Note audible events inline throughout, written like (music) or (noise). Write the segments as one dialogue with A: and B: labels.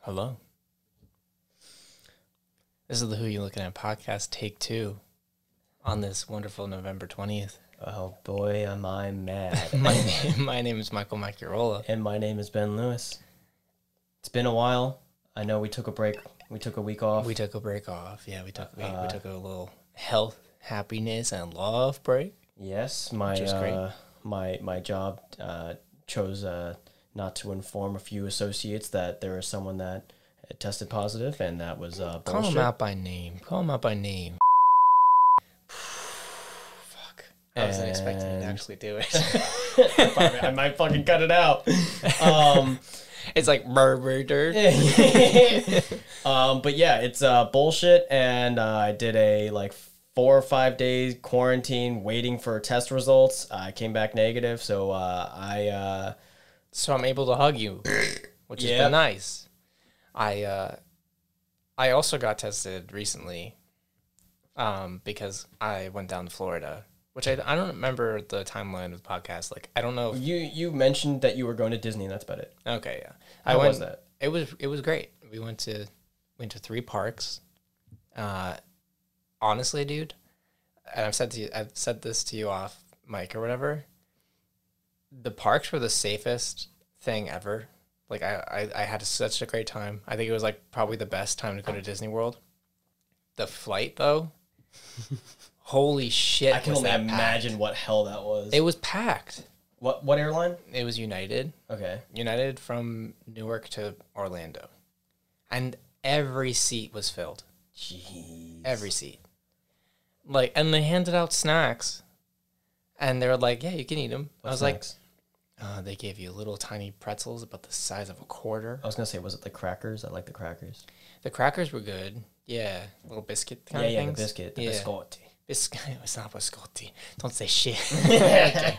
A: Hello. This is the Who You Looking At podcast, take two, on this wonderful November 20th.
B: Oh boy, am I mad. (laughs)
A: My name, my name is Michael Macarola.
B: and my name is Ben Lewis. It's been a while. I know we took a break. We took a week off.
A: We took a break off. Yeah, we took we, we took a little health, happiness, and love break.
B: yes, my
A: is great.
B: uh, my my job uh, chose uh, not to inform a few associates that there is someone that tested positive, and that was uh,
A: Call
B: bullshit.
A: him out by name. Call him out by name. (sighs) Fuck. I wasn't expecting you to
B: And-
A: actually do it. (laughs)
B: (laughs) I might fucking cut it out. Um,
A: it's like murder.
B: (laughs) um, but yeah, it's uh, bullshit. And uh, I did a like four or five days quarantine waiting for test results. I came back negative, so uh, I uh,
A: So I'm able to hug you, which has
B: Yeah.
A: been nice. I uh, I also got tested recently um, because I went down to Florida, which I, I don't remember the timeline of the podcast. Like I don't know. If,
B: you you mentioned that you were going to Disney. and That's about it.
A: okay, yeah. I
B: How
A: went,
B: was that?
A: It was it was great. We went to went to three parks. Uh, honestly, dude, and I've said to you, I've said this to you off mic or whatever. The parks were the safest thing ever. Like I, I, I had such a great time. I think it was like probably the best time to go to Disney World. The flight
B: (laughs)
A: though, holy shit!
B: I can
A: was
B: only
A: that packed.
B: imagine what hell that was.
A: It was packed.
B: what what airline?
A: It was United.
B: Okay.
A: United from Newark to Orlando, and every seat was filled.
B: Jeez.
A: Every seat, like, and they handed out snacks, and they were like, "Yeah, you can eat them." I was
B: Snacks.
A: like, uh, "They gave you little tiny pretzels about the size of a quarter."
B: I was gonna say, was it the crackers? I like the crackers.
A: The crackers were good. Yeah, little biscuit kind
B: Yeah,
A: of
B: yeah, the
A: things.
B: biscuit, the
A: yeah.
B: biscotti.
A: Biscuit. It's (laughs) not biscotti. Don't say shit. (laughs)
B: (laughs)
A: okay.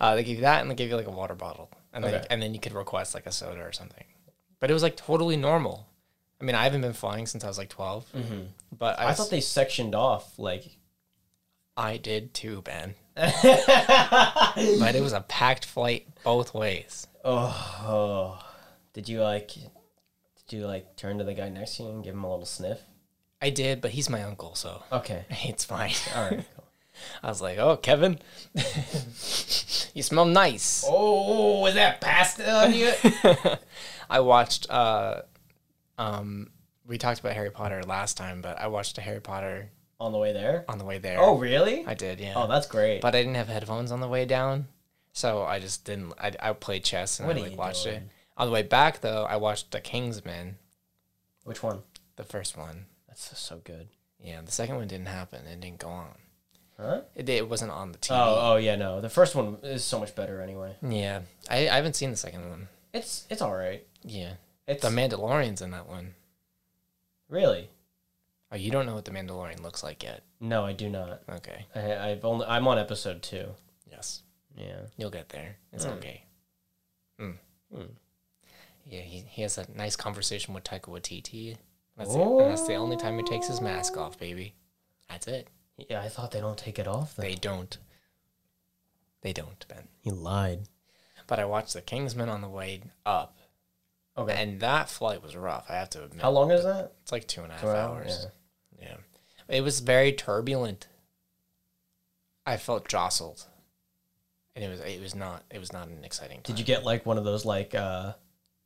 A: uh, they give you that, and they give you like a water bottle, and then
B: Okay.
A: and then you could request like a soda or something. But it was like totally normal. I mean, I haven't been flying since I was like 12 but I,
B: Mm-hmm. I
A: was-
B: thought they sectioned
A: (laughs)
B: off like
A: I did too, Ben. but it was a packed flight both ways.
B: Oh, did you like? Did you like turn to the guy next to you and give him a little sniff?
A: I did, but he's my uncle, so (laughs)
B: Okay.
A: it's fine.
B: All (laughs) right. Cool.
A: I was like, "Oh, Kevin, (laughs) you smell nice."
B: oh, was that pasta on (laughs) you?
A: (laughs) I watched uh um we talked about Harry Potter last time, but I watched a Harry Potter
B: on the way there?
A: on the way there.
B: Oh, really?
A: I did, yeah.
B: Oh, that's great.
A: but I didn't have headphones on the way down, so I just didn't. I, I played chess and
B: What
A: I
B: are
A: like,
B: you
A: watched it.
B: doing?
A: On the way back, though, I watched The Kingsman,
B: Which one?
A: the first one.
B: That's so- so good.
A: Yeah, the second one didn't happen. It didn't go on.
B: Huh?
A: It, it wasn't on the TV.
B: Oh, oh yeah, no. The first one is so much better anyway.
A: Yeah, I, I haven't seen the second one.
B: It's it's all right.
A: Yeah,
B: It's
A: The Mandalorian's in that one.
B: really.
A: Oh, you don't know what the Mandalorian looks like yet.
B: No, I do not.
A: Okay.
B: I, I've only I'm on episode two.
A: Yes.
B: Yeah.
A: You'll get there. It's
B: Mm.
A: okay.
B: Hmm.
A: Yeah, he, he has a nice conversation with Taika Waititi. That's the, and that's the only time he takes his mask off, baby. That's it.
B: Yeah, I thought they don't take it off. Then.
A: They don't. They don't, Ben.
B: He lied.
A: But I watched The Kingsman on the way up,
B: Okay.
A: and that flight was rough. I have to admit.
B: How long is that?
A: It's like two and a half
B: Two hours,
A: hours. Yeah. It was very turbulent. I felt jostled, and it was it was not it was not an exciting. Time.
B: Did you get like one of those like uh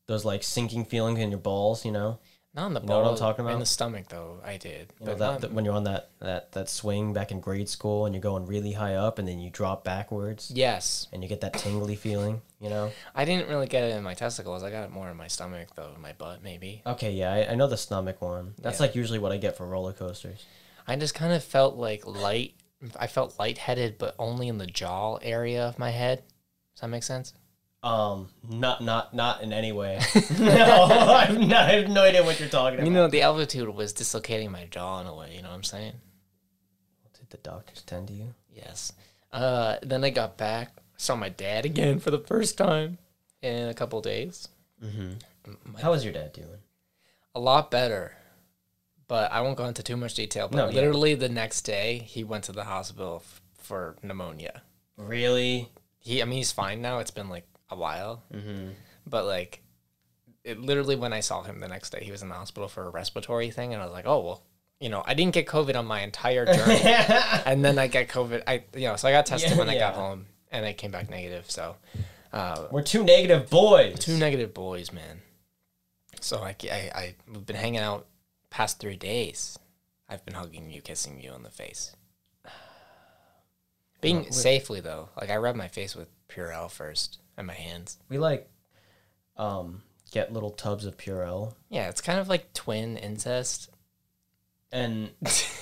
B: those like sinking feelings in your balls, you know?
A: Not in the
B: You know what I'm
A: ball,
B: talking
A: In
B: about?
A: the stomach, though, I did.
B: You know
A: but
B: that,
A: not-
B: that- when you're on that, that that swing back in grade school and you're going really high up and then you drop backwards
A: yes,
B: and you get that tingly feeling, you know?
A: I didn't really get it in my testicles. I got it more in my stomach, though, in my butt, maybe.
B: Okay, yeah, I, I know the stomach one. That's
A: Yeah.
B: like usually what I get for roller coasters.
A: I just kind of felt like light. I felt lightheaded, but only in the jaw area of my head. Does that make sense?
B: Um, not not not in
A: (laughs)
B: any way. (laughs) no, I've no, I have no idea what you're talking about.
A: You know, the altitude was dislocating my jaw in a way. You know what I'm saying?
B: Did the doctors tend to you?
A: Yes. Uh, then I got back, saw my dad again for the first time in a couple days.
B: How is your dad doing?
A: A lot better, but I won't go into too much detail. But
B: No, yeah.
A: literally the next day, he went to the hospital f- for pneumonia.
B: Really? (laughs)
A: He, I mean, he's fine now. It's been like a while,
B: Mm-hmm.
A: but like it literally when I saw him the next day, he was in the hospital for a respiratory thing, and I was like, oh well, you know, I didn't get COVID on my
B: (laughs)
A: entire journey, and then I get COVID. I you know, so I got tested
B: Yeah,
A: when I got
B: yeah.
A: home, and I came back negative. So uh,
B: We're two negative boys.
A: two negative boys, man. So I, I I've been hanging out past three days. I've been hugging you, kissing you on the
B: (sighs)
A: face. Being safely though, like I rub my face with Purell first and my hands.
B: we like um get little tubs of Purell,
A: Yeah, it's kind of like twin incest. (laughs)
B: and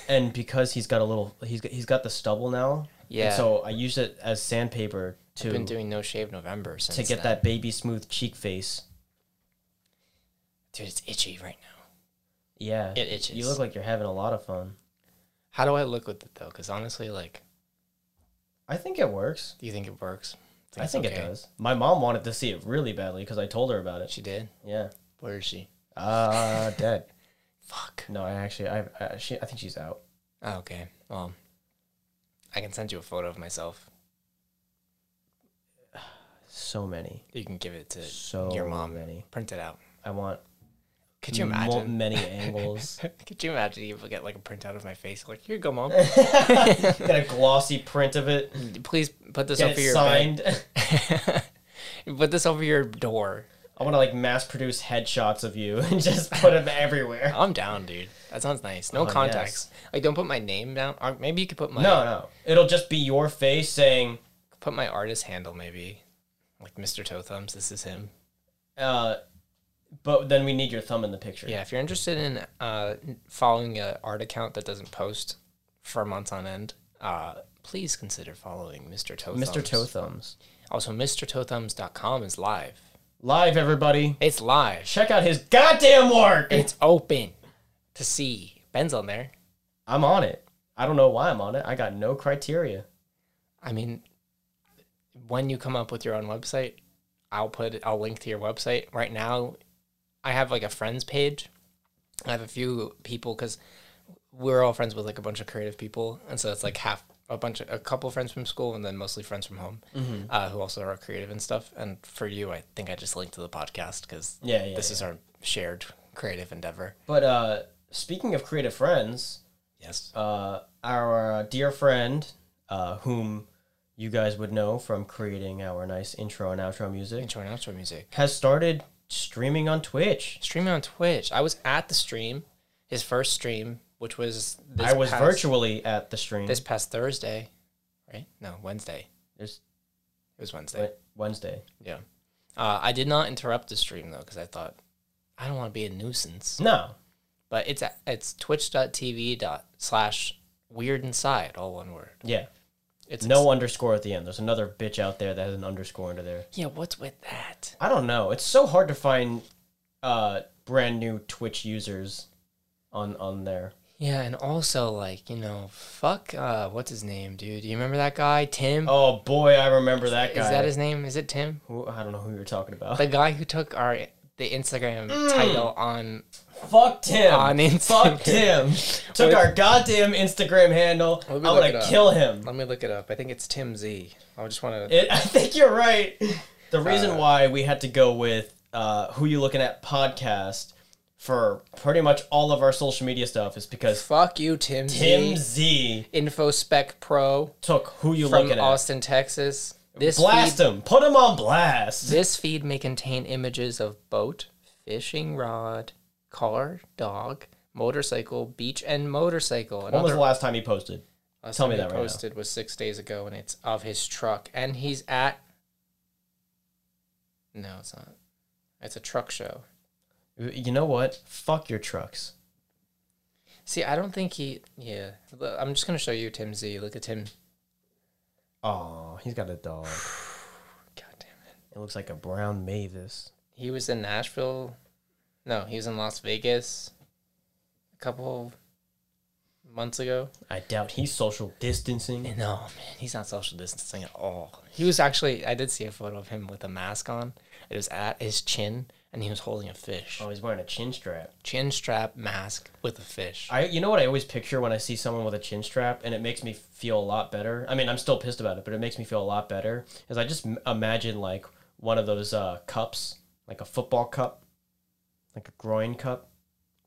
B: and because he's got a little, he's got, he's got the stubble now.
A: Yeah.
B: And so I use it as sandpaper to
A: been doing no shave November since
B: to get
A: then.
B: that baby smooth cheek face.
A: Dude, it's itchy right now.
B: Yeah,
A: It itches.
B: You look like you're having a lot of fun.
A: How do I look with it though? Because honestly, like,
B: I think it works.
A: do you think it works?
B: I
A: it's
B: think
A: okay?
B: it does. My mom wanted to see it really badly because I told her about it.
A: She did.
B: Yeah.
A: (laughs) Where is she?
B: Uh dead.
A: Fuck.
B: No, I actually, I, I she, I think she's out.
A: Oh, okay. Well, I can send you a photo of myself.
B: So many,
A: You can give it to
B: so
A: your mom.
B: many.
A: Print it out.
B: I want
A: Could you
B: mul-
A: imagine? (laughs)
B: many angles.
A: Could you imagine you get like a printout of my face? Like, here you go, mom.
B: Eh. Got a glossy print of it.
A: Please put this
B: Get
A: over
B: it
A: your
B: signed. (laughs)
A: bed. (laughs) put this over your door.
B: I want to like mass produce headshots of you (laughs) and just put them everywhere.
A: I'm down, dude. That sounds nice. No
B: Oh, yes.
A: contacts. Like, don't put my name down. Or maybe you could put my
B: No, no, it'll just be your face saying,
A: put my artist handle maybe like mr toe thumbs this is him
B: uh, but then we need your thumb in the picture.
A: yeah if you're interested in uh, following an art account that doesn't post for months on end uh, please consider following mr toe
B: Mr.
A: thumbs
B: Toe Thumbs.
A: also mr toe thumbs.com is live
B: Live, everybody.
A: it's live
B: Check out his goddamn work.
A: it's open to see ben's on there
B: I'm on it. I don't know why I'm on it. I got no criteria.
A: i mean when you come up with your own website i'll put i'll link to your website right now i have like a friends page i have a few people because we're all friends with like a bunch of creative people and so it's like half a bunch of a couple friends from school and then mostly friends from home
B: Mm-hmm.
A: uh, who also are creative and stuff and for you i think i just linked to the podcast because
B: Yeah, yeah.
A: this is our shared creative endeavor
B: But uh, speaking of creative friends,
A: yes
B: uh, our dear friend, uh, whom you guys would know from creating our nice intro and outro music,
A: intro and outro music
B: has started streaming on Twitch.
A: streaming on twitch i was at the stream his first stream which was this
B: I was
A: past-
B: virtually at the stream.
A: this past thursday right no wednesday
B: There's
A: it was wednesday
B: Wed- Wednesday.
A: yeah uh, i did not interrupt the stream though because i thought i don't want to be a nuisance
B: No,
A: but it's at, it's twitch.tv dot slash weird inside all one word
B: yeah,
A: it's
B: no underscore at the end. There's another bitch out there that has an underscore under there.
A: yeah what's with that
B: I don't know. It's so hard to find uh, brand new Twitch users on on there.
A: yeah and also like you know fuck uh what's his name dude you remember that guy tim
B: Oh boy, I remember that guy.
A: is that his name is it tim
B: Who, I don't know who you're talking about.
A: the guy who took our the instagram
B: Mm.
A: title on
B: Fuck Tim.
A: On
B: Fuck Tim.
A: (laughs)
B: Took our goddamn Instagram handle. I'm
A: me look it
B: gonna
A: up.
B: kill him.
A: let me look it up i think it's tim z i just want to
B: It, I think you're right. Uh, The reason why we had to go with uh, "Who You Looking At" podcast for pretty much all of our social media stuff is because
A: fuck you tim, z
B: Tim Z
A: infospec pro
B: took "Who You
A: from
B: Looking At."
A: austin texas this
B: Blast
A: feed,
B: him. Put him on blast.
A: this feed may contain images of boat fishing rod car dog motorcycle beach and motorcycle
B: When was
A: another
B: the last time he posted?
A: last
B: tell me
A: time he
B: that right now.
A: posted was six days ago and it's of his truck and he's at no it's not it's a truck show
B: You know what? Fuck your trucks.
A: see i don't think he yeah Look, i'm just going to show you tim z look at tim
B: Oh, he's got a dog.
A: god damn it
B: It looks like a brown Mavis.
A: he was in Nashville. No, he was in Las Vegas a couple months ago.
B: I doubt he's social distancing.
A: No, man, he's not social distancing at all. He was actually, I did see a photo of him with a mask on. It was at his chin, and he was holding a fish.
B: Oh, he's wearing a chin strap.
A: Chin strap mask with a fish.
B: I, you know what I always picture when I see someone with a chin strap, and it makes me feel a lot better. I mean, I'm still pissed about it, but it makes me feel a lot better. Is I just m- imagine like one of those uh, cups, like a football cup, like a groin cup.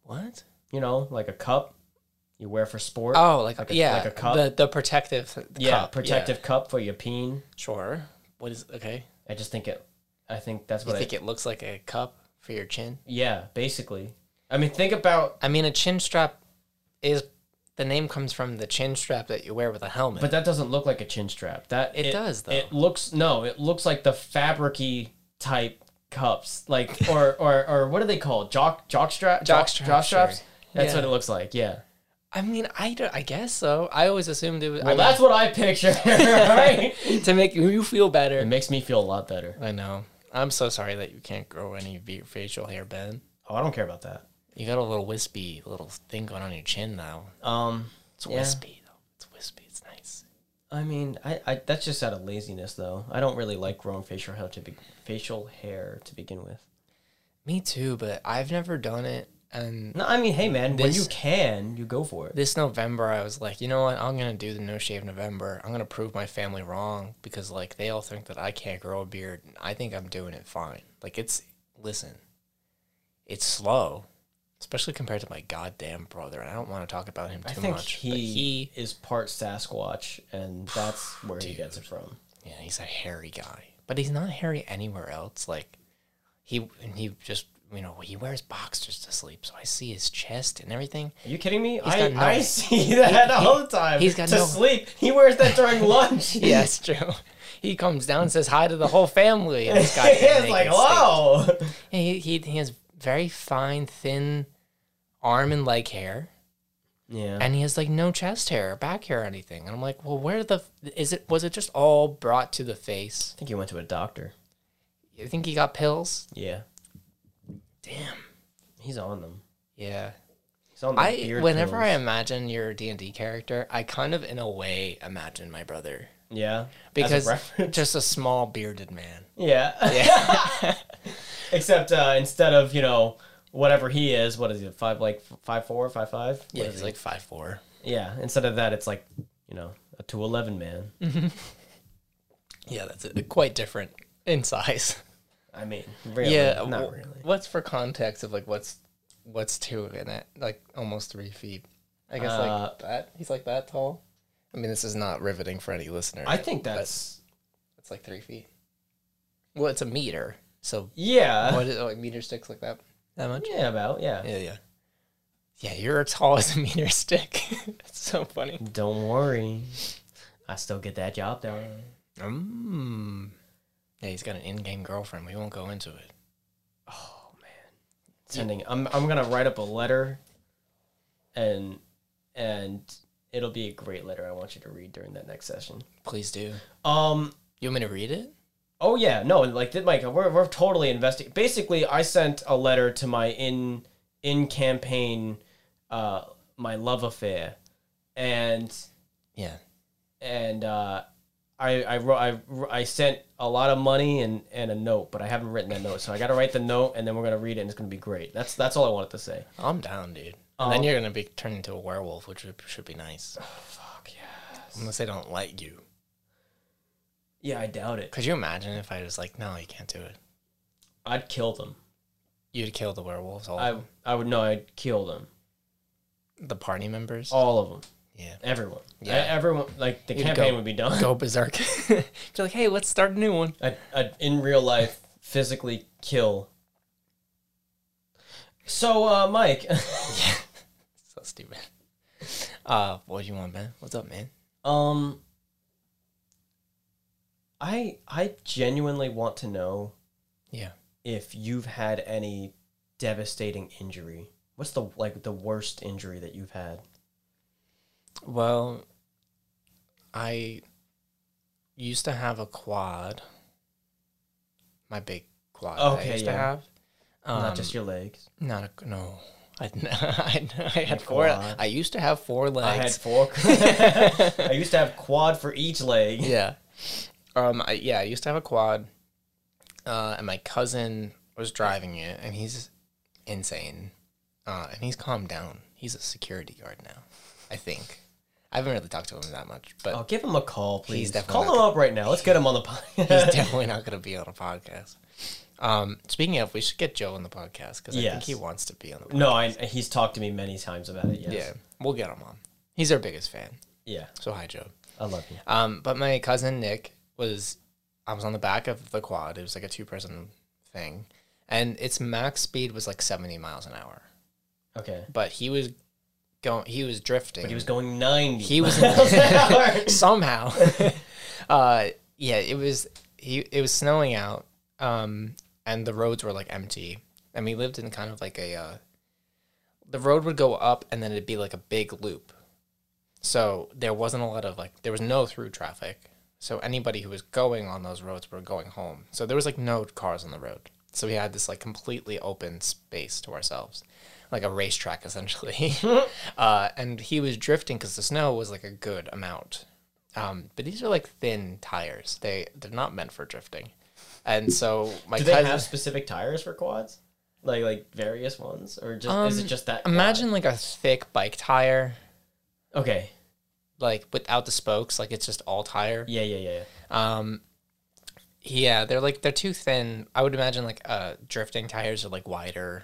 A: What?
B: You know, like a cup you wear for sport.
A: Oh, like,
B: Like a-
A: yeah,
B: like a cup?
A: The the protective. th-
B: yeah,
A: cup,
B: protective cup for your peen.
A: yeah. Sure. What is okay?
B: I just think it. I think that's
A: You
B: what I.
A: think it looks like a cup for your chin?
B: yeah, basically. I mean, think about.
A: I mean, a chin strap is the name comes from the chin strap that you wear with a helmet.
B: But that doesn't look like a chin strap. That
A: It does, though.
B: It looks no. It looks like the fabricy type cups, (laughs) like or or or what are they called? Jock jock strap
A: Jock
B: jock,
A: strap,
B: jock straps.
A: sure.
B: That's what
A: Yeah.
B: it looks like. Yeah.
A: I mean, I, don't- I guess so. I always assumed it was I
B: Well,
A: mean,
B: that's what I (laughs) picture. Right.
A: (laughs) to make you feel
B: it
A: better.
B: makes me feel a lot better.
A: I know. I'm so sorry that you can't grow any v- facial hair, Ben.
B: Oh, I don't care about that.
A: You got a little wispy little thing going on your chin now.
B: Um,
A: It's
B: Yeah.
A: wispy though. It's wispy. It's nice.
B: I mean, I, I that's just out of laziness though. I don't really like growing facial hair to be facial hair to begin with.
A: Me too, but I've never done it. And
B: No, I mean, hey man, when you
A: This-
B: can, you go for it.
A: this November, I was like, you know what? I'm gonna do the no shave November. I'm gonna prove my family wrong because like they all think that I can't grow a beard. and I think I'm doing it fine. Like it's listen, it's slow, especially compared to my goddamn brother. And I don't want to talk about him
B: I
A: too
B: think
A: much.
B: he,
A: but he
B: is part Sasquatch, and that's where he gets it from.
A: Yeah, he's a hairy guy, but he's not hairy anywhere else. Like he and he just you know he wears boxers to sleep, so I see his chest and everything.
B: Are you kidding me? I,
A: got no-
B: I see (laughs) that all the time.
A: he's got
B: to
A: no-
B: sleep. He wears that during
A: (laughs)
B: lunch.
A: Yeah,
B: (laughs)
A: it's true. He comes down and says hi to the whole family. And
B: (laughs)
A: this guy
B: it's like, wow.
A: He, he he has very fine, thin arm and leg hair,
B: Yeah.
A: and he has like no chest hair, or back hair, or anything. And I'm like, well, where the is it? Was it just all brought to the face?
B: I think he went to a doctor.
A: You think he got pills?
B: Yeah.
A: Damn.
B: He's on them.
A: Yeah.
B: He's on the
A: I
B: beard
A: whenever I
B: pills.
A: imagine your D and D character, I kind of in a way imagine my brother
B: Yeah. As
A: because (laughs)
B: a reference.
A: just a small bearded man. (laughs)
B: Yeah. (laughs) Except uh, instead of you know whatever he is, what is he? Five like five four, five five. What
A: Yeah,
B: is
A: he's
B: he?
A: like five four.
B: yeah. Instead of that, it's like you know a two eleven man.
A: Yeah, that's it. Quite different in size.
B: I mean, really,
A: yeah,
B: not
A: w-
B: really.
A: What's for context of like what's what's two in it? Like almost three feet. I guess
B: Uh,
A: like that. He's like that tall. I mean, this is not riveting for any listener.
B: I think that's
A: it's like three feet. Well, it's a meter. So
B: yeah,
A: what is like meter sticks like that? That much?
B: yeah, about yeah.
A: Yeah, yeah. Yeah, you're as tall as a meter stick. (laughs) it's so funny.
B: Don't worry, I still get that job done.
A: Mm. Yeah, he's got an in-game girlfriend. We won't go into it.
B: Sending, I'm I'm gonna write up a letter, and and it'll be a great letter. I want you to read during that next session.
A: Please do.
B: Um,
A: You want me to read it?
B: Oh yeah, no, like that, Mike. We're we're totally investing. Basically, I sent a letter to my in in campaign, uh, my love affair, and
A: Yeah.
B: and uh, I I wrote I, I sent a lot of money and and a note, but I haven't written that note, so I got to write the note, and then we're gonna read it, and it's gonna be great. That's that's all I wanted to say.
A: I'm down, dude. And
B: Um,
A: then you're gonna be turned into a werewolf, which would- should be nice.
B: Fuck yeah.
A: Unless they don't like you.
B: Yeah, I doubt it.
A: Could you imagine if I was like, no, you can't do it?
B: I'd kill them.
A: You'd kill the werewolves, all
B: I I would no, I'd kill them.
A: the party members.
B: All of them.
A: Yeah.
B: Everyone.
A: Yeah.
B: Yeah. everyone. Like the
A: You'd
B: campaign
A: go-
B: would be done.
A: Go berserk. (laughs) Be like, hey, let's start a new one.
B: i I'd in real life physically kill. So, uh, Mike, (laughs)
A: So stupid. Uh, what do you want, man? What's up, man?
B: um, I I genuinely want to know
A: Yeah.
B: if you've had any devastating injury. What's the like the worst injury that you've had?
A: Well, I used to have a quad. My big quad. that I
B: Okay,
A: used to
B: yeah.
A: have. Um,
B: Not just your legs.
A: Not a no. (laughs) I,
B: (laughs)
A: I, I had
B: A
A: four.
B: quad.
A: I used to have four
B: I had
A: legs.
B: (laughs) four. I used
A: (laughs)
B: to have quad for each leg.
A: yeah. Um. I, yeah. I used to have a quad. Uh. And my cousin was driving it, and he's insane. Uh. And he's calmed down. He's a security guard now. I think. I haven't really talked to him that much, but
B: I'll Oh, give him a call, please.
A: definitely
B: Call
A: not
B: him up right now. Let's get him on the
A: (laughs)
B: (laughs)
A: he's
B: podcast.
A: definitely not going to be on a podcast. Um, speaking of, we should get Joe on the podcast because I think
B: Yes.
A: he wants to be on the. podcast.
B: No, I, he's talked to me many times about it. Yes.
A: Yeah, we'll get him on. He's our biggest fan.
B: Yeah.
A: So hi, Joe.
B: I love you.
A: Um, but my cousin Nick was, I was on the back of the quad. It was like a two person thing, and its max speed was like seventy miles an hour.
B: Okay.
A: But he was going, he was drifting.
B: He was going 90.
A: He
B: (laughs)
A: was- (laughs)
B: miles an hour.
A: somehow. (laughs) uh, yeah, it was he. It was snowing out, um, and the roads were like empty, and we lived in kind of like a. Uh, the road would go up, and then it'd be like a big loop, so there wasn't a lot of like there was no through traffic. So anybody who was going on those roads were going home. So there was like no cars on the road. So we had this like completely open space to ourselves, like a racetrack
B: (laughs)
A: essentially. uh, and he was drifting because the snow was like a good amount. Um, but these are like thin tires. They they're not meant for drifting. And so my
B: Do they
A: cousin
B: have specific tires for quads? Like like various ones, or just is it
A: Um,
B: just that? quad?
A: imagine like a thick bike tire,
B: Okay.
A: like without the spokes, like it's just all tire.
B: Yeah. Yeah. Yeah. yeah.
A: Um, yeah, they're like they're too thin. I would imagine like uh, drifting tires are like wider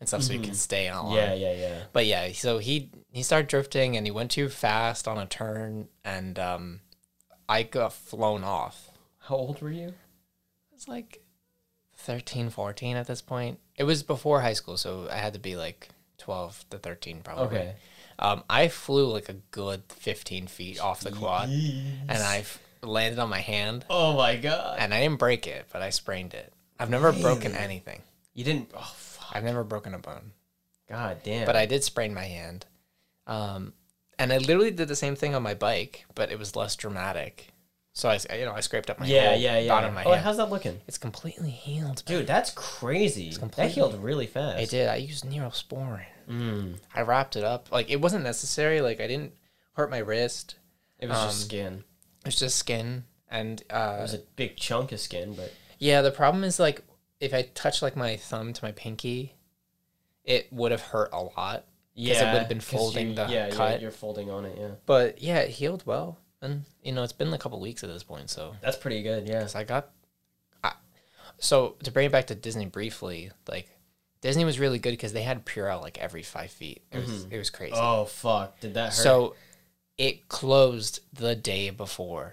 A: and stuff, so you can stay on.
B: Mm-hmm. Yeah, yeah, yeah.
A: But yeah, so he he started drifting and he went too fast on a turn, and um, I got flown off.
B: How old were you?
A: It was like 13, 14 at this point. It was before high school, so I had to be like twelve to thirteen probably.
B: Okay.
A: Um, I flew like a good fifteen feet off the quad, and I f- landed on my hand.
B: Oh my god.
A: and I didn't break it, but I sprained it. I've never broken anything.
B: You didn't. Oh fuck.
A: I've never broken a bone,
B: God damn.
A: but I did sprain my hand. Um, and I literally did the same thing on my bike, but it was less dramatic. So I, s- you know, I scraped up my
B: yeah,
A: whole
B: yeah, yeah.
A: bottom of my
B: oh,
A: hand.
B: how's that looking,
A: it's completely healed, dude.
B: dude? That's crazy. That
A: completely-
B: healed really fast.
A: I did. I used Neosporin.
B: Mm.
A: I wrapped it up. Like it wasn't necessary. Like I didn't hurt my wrist.
B: It was just skin.
A: It was just skin. And
B: It
A: uh,
B: was a big chunk of skin, but
A: yeah, the problem is like if I touch like my thumb to my pinky, it would have hurt a lot.
B: yeah,
A: it would've been
B: 'cause
A: folding
B: you,
A: the
B: yeah, yeah,
A: cut.
B: You're folding on it. Yeah,
A: But yeah, it healed well, and you know it's been a couple weeks at this point. So,
B: that's pretty good. Yeah.
A: 'Cause I got, I, so to bring it back to Disney briefly, like Disney was really good because they had Purell like every five feet. It was it was crazy.
B: Oh fuck! Did that hurt?
A: so it closed the day before,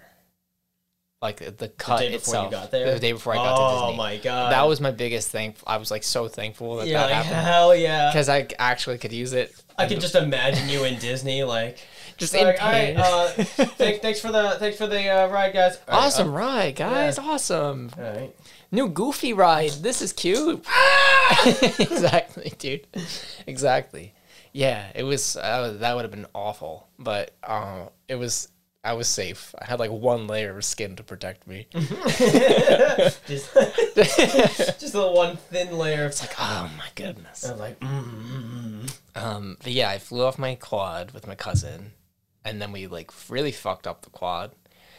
A: like the, the cut
B: day before you
A: itself.
B: got there?
A: the day before I got to
B: oh
A: Disney.
B: my god.
A: That was my biggest thing. I was like so thankful that
B: yeah.
A: that
B: Like,
A: happened
B: hell yeah.
A: because I actually could use it.
B: I could just imagine you in Disney, like
A: (laughs) Just in
B: like, all right,
A: pain.
B: uh, thanks, thanks for the thanks for the uh, ride, guys. All right,
A: (laughs) awesome
B: (laughs)
A: ride, guys! Awesome.
B: uh, all right.
A: New Goofy ride. This is (laughs) cute. Ah! exactly, dude. Exactly. Yeah, it was uh, that would have been awful, but um, it was I was safe. I had like one layer of skin to protect (laughs) me.
B: (laughs) just, just the one thin layer of (laughs)
A: like, oh my goodness.
B: I'm like, mm, mm, mm.
A: Um, but yeah, I flew off my quad with my cousin, and then we like really fucked up the quad,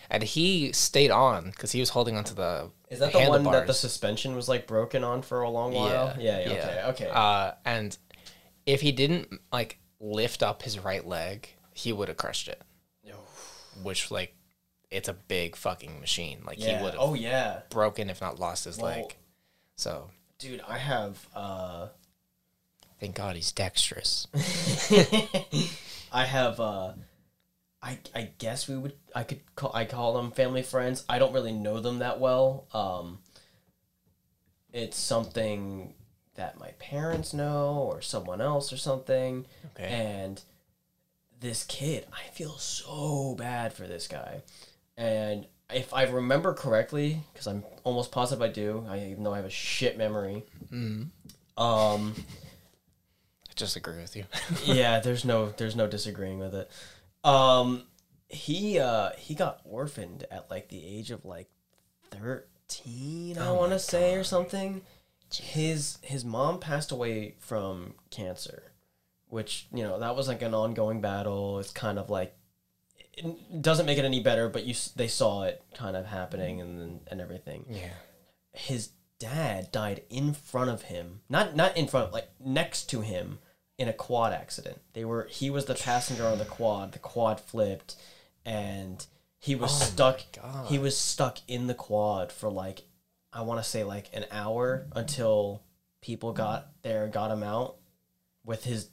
A: and he stayed on because he was holding onto the.
B: is that the one that the
A: handlebars.
B: suspension was like broken on for a long while? Yeah, Ah, yeah, okay, okay.
A: Uh, and if he didn't like lift up his right leg, he would have crushed it. Which like, it's a big fucking machine. Like
B: yeah.
A: he would have
B: oh yeah,
A: broken if not lost his
B: Well-
A: leg. So
B: dude, I have uh,
A: thank God he's dexterous.
B: (laughs) I have uh, I I guess we would I could call I call them family friends. I don't really know them that well. Um, it's something that my parents know or someone else or something.
A: Okay.
B: And this kid, I feel so bad for this guy. And if I remember correctly, because I'm almost positive I do, I even though I have a shit memory. Um
A: I just agree with you. (laughs)
B: (laughs) yeah, there's no there's no disagreeing with it. Um he uh he got orphaned at like the age of like 13, I want to say or something. His his mom passed away from cancer, which, you know, that was like an ongoing battle. It's kind of like it doesn't make it any better, but you s- they saw it kind of happening and and everything
A: yeah.
B: his dad died in front of him not not in front like next to him in a quad accident they were he was the passenger on the quad the quad flipped and he was stuck
A: God.
B: he was stuck in the quad for like I want to say like an hour until people got there, got him out with his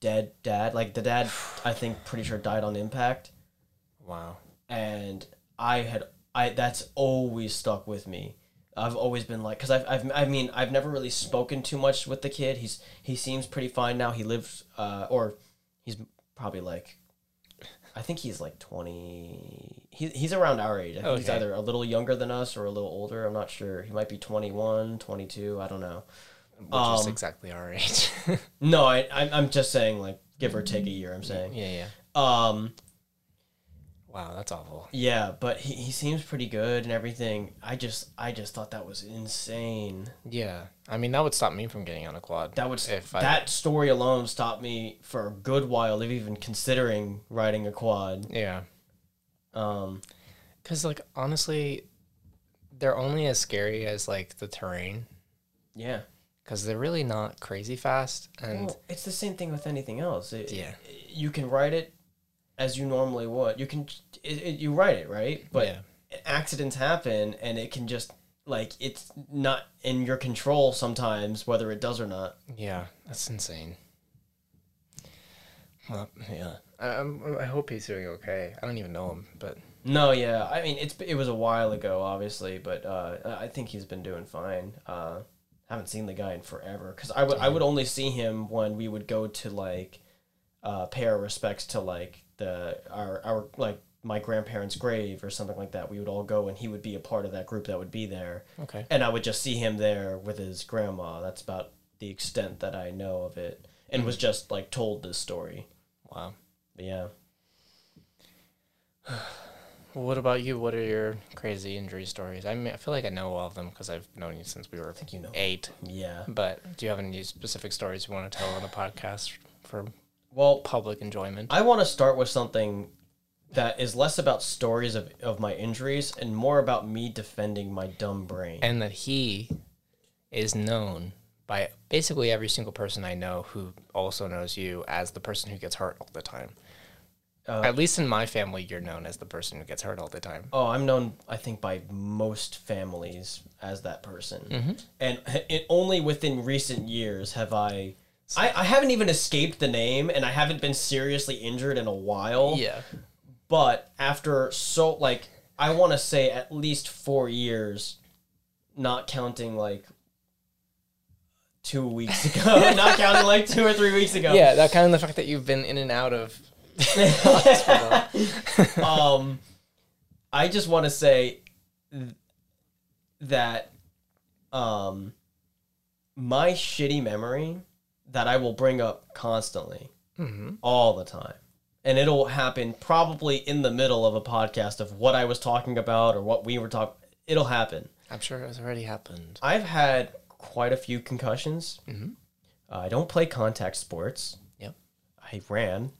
B: dead dad. Like the dad, I think pretty sure died on impact,
A: Wow.
B: and I had I that's always stuck with me. I've always been like, because I've, I've I mean I've never really spoken too much with the kid. He's he seems pretty fine now. He lives uh or he's probably like. I think he's like 20. He, he's around our age. I think he's
A: Okay.
B: either a little younger than us or a little older. I'm not sure. He might be 21, 22. I don't know.
A: Which is
B: Um,
A: exactly our age. (laughs)
B: No, I, I'm, I'm just saying, like, give or take a year, I'm saying.
A: yeah, yeah.
B: Um,
A: Wow, that's awful.
B: yeah, but he, he seems pretty good and everything. I just, I just thought that was insane.
A: Yeah. I mean, that would stop me from getting on a quad.
B: That would,
A: If I-
B: that story alone stopped me for a good while of even considering riding a quad.
A: yeah.
B: Um,
A: Because, like, honestly, they're only as scary as, like, the terrain.
B: yeah.
A: Because they're really not crazy fast. And
B: Well, it's the same thing with anything else. It-
A: Yeah.
B: You can write it as you normally would. You can it, it, you write it right, but
A: Yeah.
B: accidents happen, and it can just like it's not in your control sometimes whether it does or not.
A: yeah, that's insane. Well, yeah. I, I'm, I hope he's doing okay. I don't even know him, but
B: No, yeah, I mean it's it was a while ago, obviously, but uh, I think he's been doing fine. Uh, haven't seen the guy in forever because I would I would only see him when we would go to like uh, pay our respects to like the our our like my grandparents' grave or something like that. We would all go and he would be a part of that group that would be there,
A: okay.
B: and I would just see him there with his grandma. That's about the extent that I know of it, and was just like told this story.
A: Wow.
B: But yeah.
A: Well, what about you? What are your crazy injury stories? I mean, I feel like I know all of them because I've known you since we were
B: you know.
A: eight.
B: Yeah.
A: But do you have any specific stories you want to tell on the podcast for
B: Well,
A: public enjoyment?
B: I want to start with something that is less about stories of, of my injuries and more about me defending my dumb brain.
A: And that he is known by basically every single person I know who also knows you as the person who gets hurt all the time. At least in my family, you're known as the person who gets hurt all the time.
B: Oh, I'm known, I think, by most families as that person. And it, only within recent years have I, I. I haven't even escaped the name and I haven't been seriously injured in a while.
A: Yeah.
B: But after so, like, I want to say at least four years, not counting, like, two weeks (laughs) ago, not counting, like, two or three weeks ago.
A: Yeah, that kind of the fact that you've been in and out of hospital.
B: um, I just want to say th- that um, my shitty memory that I will bring up constantly, all the time, and it'll happen probably in the middle of a podcast of what I was talking about or what we were talking. It'll happen.
A: I'm sure it has already happened.
B: I've had quite a few concussions.
A: Mm-hmm.
B: Uh, I don't play contact sports.
A: Yep.
B: I ran,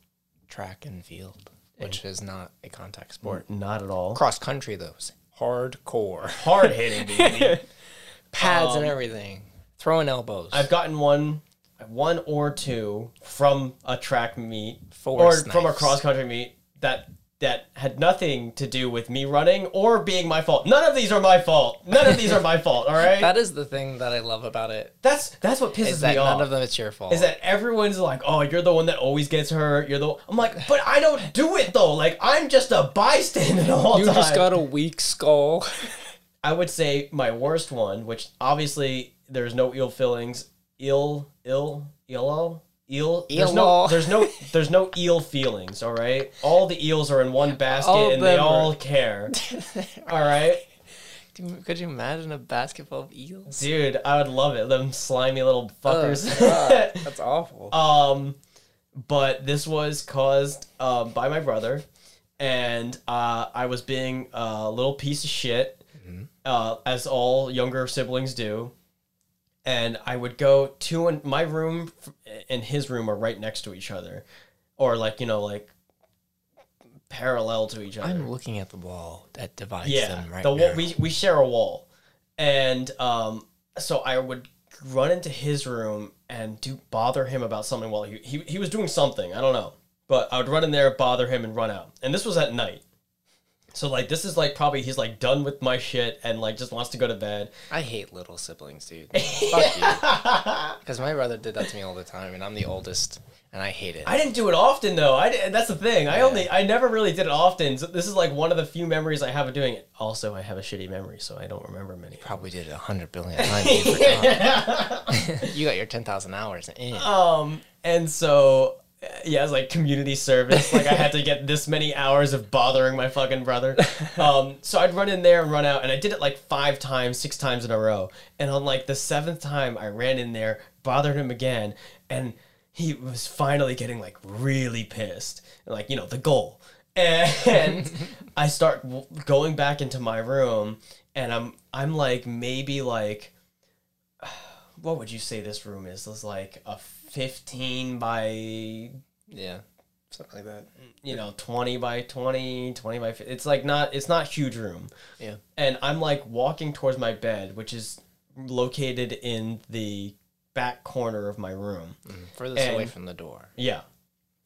A: Track and field, which is not a contact sport.
B: not at all.
A: Cross country, though, is hardcore.
B: Hard hitting, baby.
A: (laughs) Pads and everything. Throwing elbows.
B: I've gotten one, one or two from a track meet or
A: Forest
B: from a
A: knives.
B: cross country meet that that had nothing to do with me running or being my fault. None of these are my fault. None of these are my fault. All right,
A: that is the thing that I love about it.
B: that's that's what pisses
A: Is that
B: me off.
A: none of them it's your fault.
B: is that everyone's like, oh, you're the one that always gets hurt. You're the. I'm like, but I don't do it though. Like I'm just a bystander the whole
A: you
B: time.
A: just got a weak skull.
B: I would say my worst one, which obviously there's no ill feelings, ill, ill, illo, eel. There's no,
A: Ill-o.
B: there's no, there's no eel feelings. All right, all the eels are in one basket,
A: All of
B: and they
A: them
B: all
A: (laughs)
B: care. All right,
A: (laughs) Could you imagine a basket full of eels?
B: dude, I would love it. Them slimy little
A: Oh,
B: fuckers. (laughs)
A: (laughs) that's awful.
B: Um, but this was caused um, by my brother, and uh, I was being a little piece of shit, uh, as all younger siblings do. And I would go to and my room f- and his room are right next to each other, or like you know like parallel to each other.
A: I'm looking at the wall that divides them right
B: the
A: now.
B: wall, we we share a wall, and um, so I would run into his room and do bother him about something while he, he he was doing something I don't know, but I would run in there, bother him, and run out. And this was at night, So like this is like probably he's like done with my shit and like just wants to go to bed.
A: I hate little siblings, (laughs) dude. Fuck you. Because my brother did that to me all the time, and I'm the oldest, and I hate it.
B: I didn't do it often though. I di- that's the thing. I only I never really did it often. So this is like one of the few memories I have of doing it. Also, I have a shitty memory, so I don't
A: (laughs)
B: remember many.
A: Probably did it a hundred (laughs) billion times. You, forgot. you got your ten thousand hours in.
B: Um, and so uh, yeah, it's like community service. Like I had to get this many hours of bothering my fucking brother. Um, so I'd run in there and run out, and I did it like five times, six times in a row. And on like the seventh time, I ran in there, bothered him again, and he was finally getting like really pissed. Like you know the goal. And I start w- going back into my room, and I'm I'm like maybe like what would you say this room is? It's like a 15 by, you
A: Yeah, something like that.
B: know, 20 by 20, 20 by 50. It's like not, it's not huge room.
A: Yeah.
B: And I'm like walking towards my bed, which is located in the back corner of my room.
A: Furthest away
B: And-
A: from the door.
B: Yeah.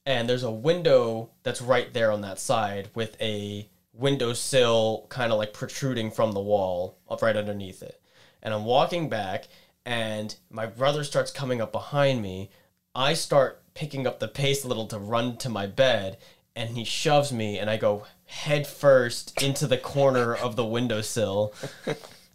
B: And there's a window that's right there on that side with a windowsill kind of like protruding from the wall up right underneath it. And I'm walking back, and my brother starts coming up behind me. I start picking up the pace a little to run to my bed, and he shoves me, and I go head first into the corner of the windowsill.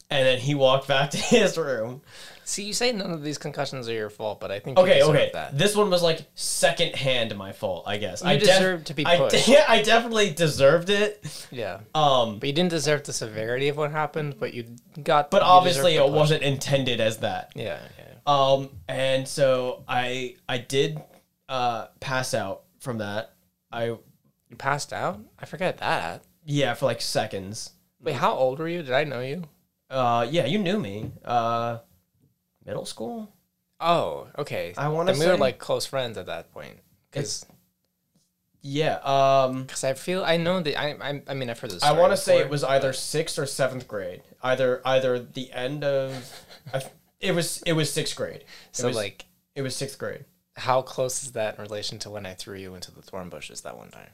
B: And then he walked back to his room.
A: See, you say none of these concussions are your fault, but I think you
B: Okay,
A: deserve
B: okay.
A: that.
B: This one was like second hand my fault, I guess. I
A: deserve to be
B: I (laughs)
A: pushed.
B: de- I definitely deserved it.
A: Yeah,
B: Um,
A: but you didn't deserve the severity of what happened, but you got.
B: but obviously it wasn't intended as that.
A: Yeah, yeah.
B: Um, and so I I did uh pass out from that. I
A: You passed out. I forget that.
B: yeah for like seconds.
A: Wait, how old were you? Did I know you?
B: Uh, yeah, you knew me. Uh, middle school.
A: Oh, okay.
B: I wanna
A: Then we were
B: say-
A: like close friends at that point. Because
B: Yeah. Um,
A: I feel I know that I I, I mean I've heard this.
B: I
A: story
B: want to say
A: before.
B: it was either sixth or seventh grade. Either either the end of. I, it was it was sixth grade. It
A: so
B: was-
A: like
B: It was sixth grade.
A: how close is that in relation to when I threw you into the thorn bushes that one time?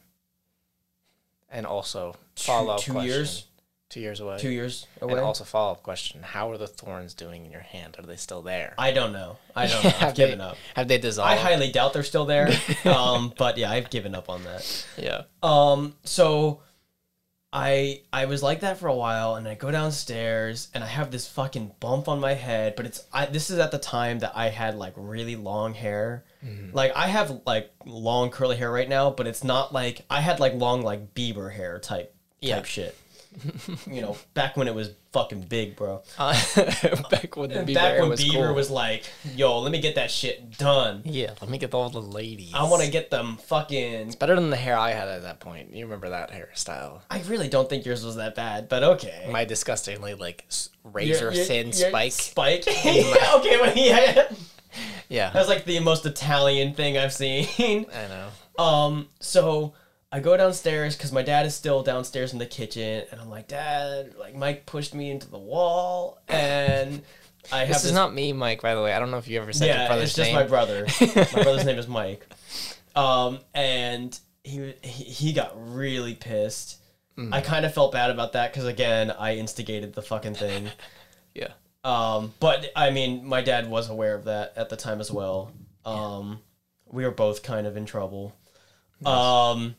A: And also follow up
B: two
A: question.
B: years?
A: Two years away.
B: Two years away.
A: and also follow up question: How are the thorns doing in your hand? Are they still there?
B: I don't know. I
A: (laughs)
B: don't know. I've
A: they-
B: given up.
A: Have they
B: I
A: dissolved?
B: highly doubt they're
A: (laughs)
B: still there. um, but yeah, I've given up on that.
A: yeah.
B: Um, so I I was like that for a while, and I go downstairs, and I have this fucking bump on my head. But it's I, this is at the time that I had like really long hair. Like I have like long curly hair right now, but it's not like I had like long like Bieber hair type type
A: Yeah. (laughs)
B: shit. you know, back when it was fucking big, bro.
A: Uh, (laughs) back when the Bieber
B: back when
A: was
B: Bieber
A: cool.
B: was like, "Yo, let me get that shit done.
A: Yeah, let me get all the ladies.
B: I want to get them fucking."
A: better than the hair I had at that point. You remember that hairstyle?
B: I really don't think yours was that bad, but okay.
A: My disgustingly like s-
B: Your-
A: razor
B: your-
A: thin
B: your-
A: spike. (laughs)
B: Spike. yeah, (laughs) okay, well, yeah.
A: yeah,
B: That's like the most Italian thing I've seen. (laughs)
A: I know.
B: Um, so I go downstairs because my dad is still downstairs in the kitchen, and I'm like, Dad, like Mike pushed me into the wall, and I have
A: This
B: this
A: is not me, Mike. By the way, I don't know if you ever said your
B: yeah,
A: brother's
B: it's just
A: name.
B: my
A: (laughs)
B: brother. my brother's name is Mike, um, and he he, he got really pissed.
A: Mm.
B: I kind of felt bad about that because again, I instigated the fucking thing.
A: yeah.
B: Um, but I mean, my dad was aware of that at the time as well. Um, we were both kind of in trouble. Um,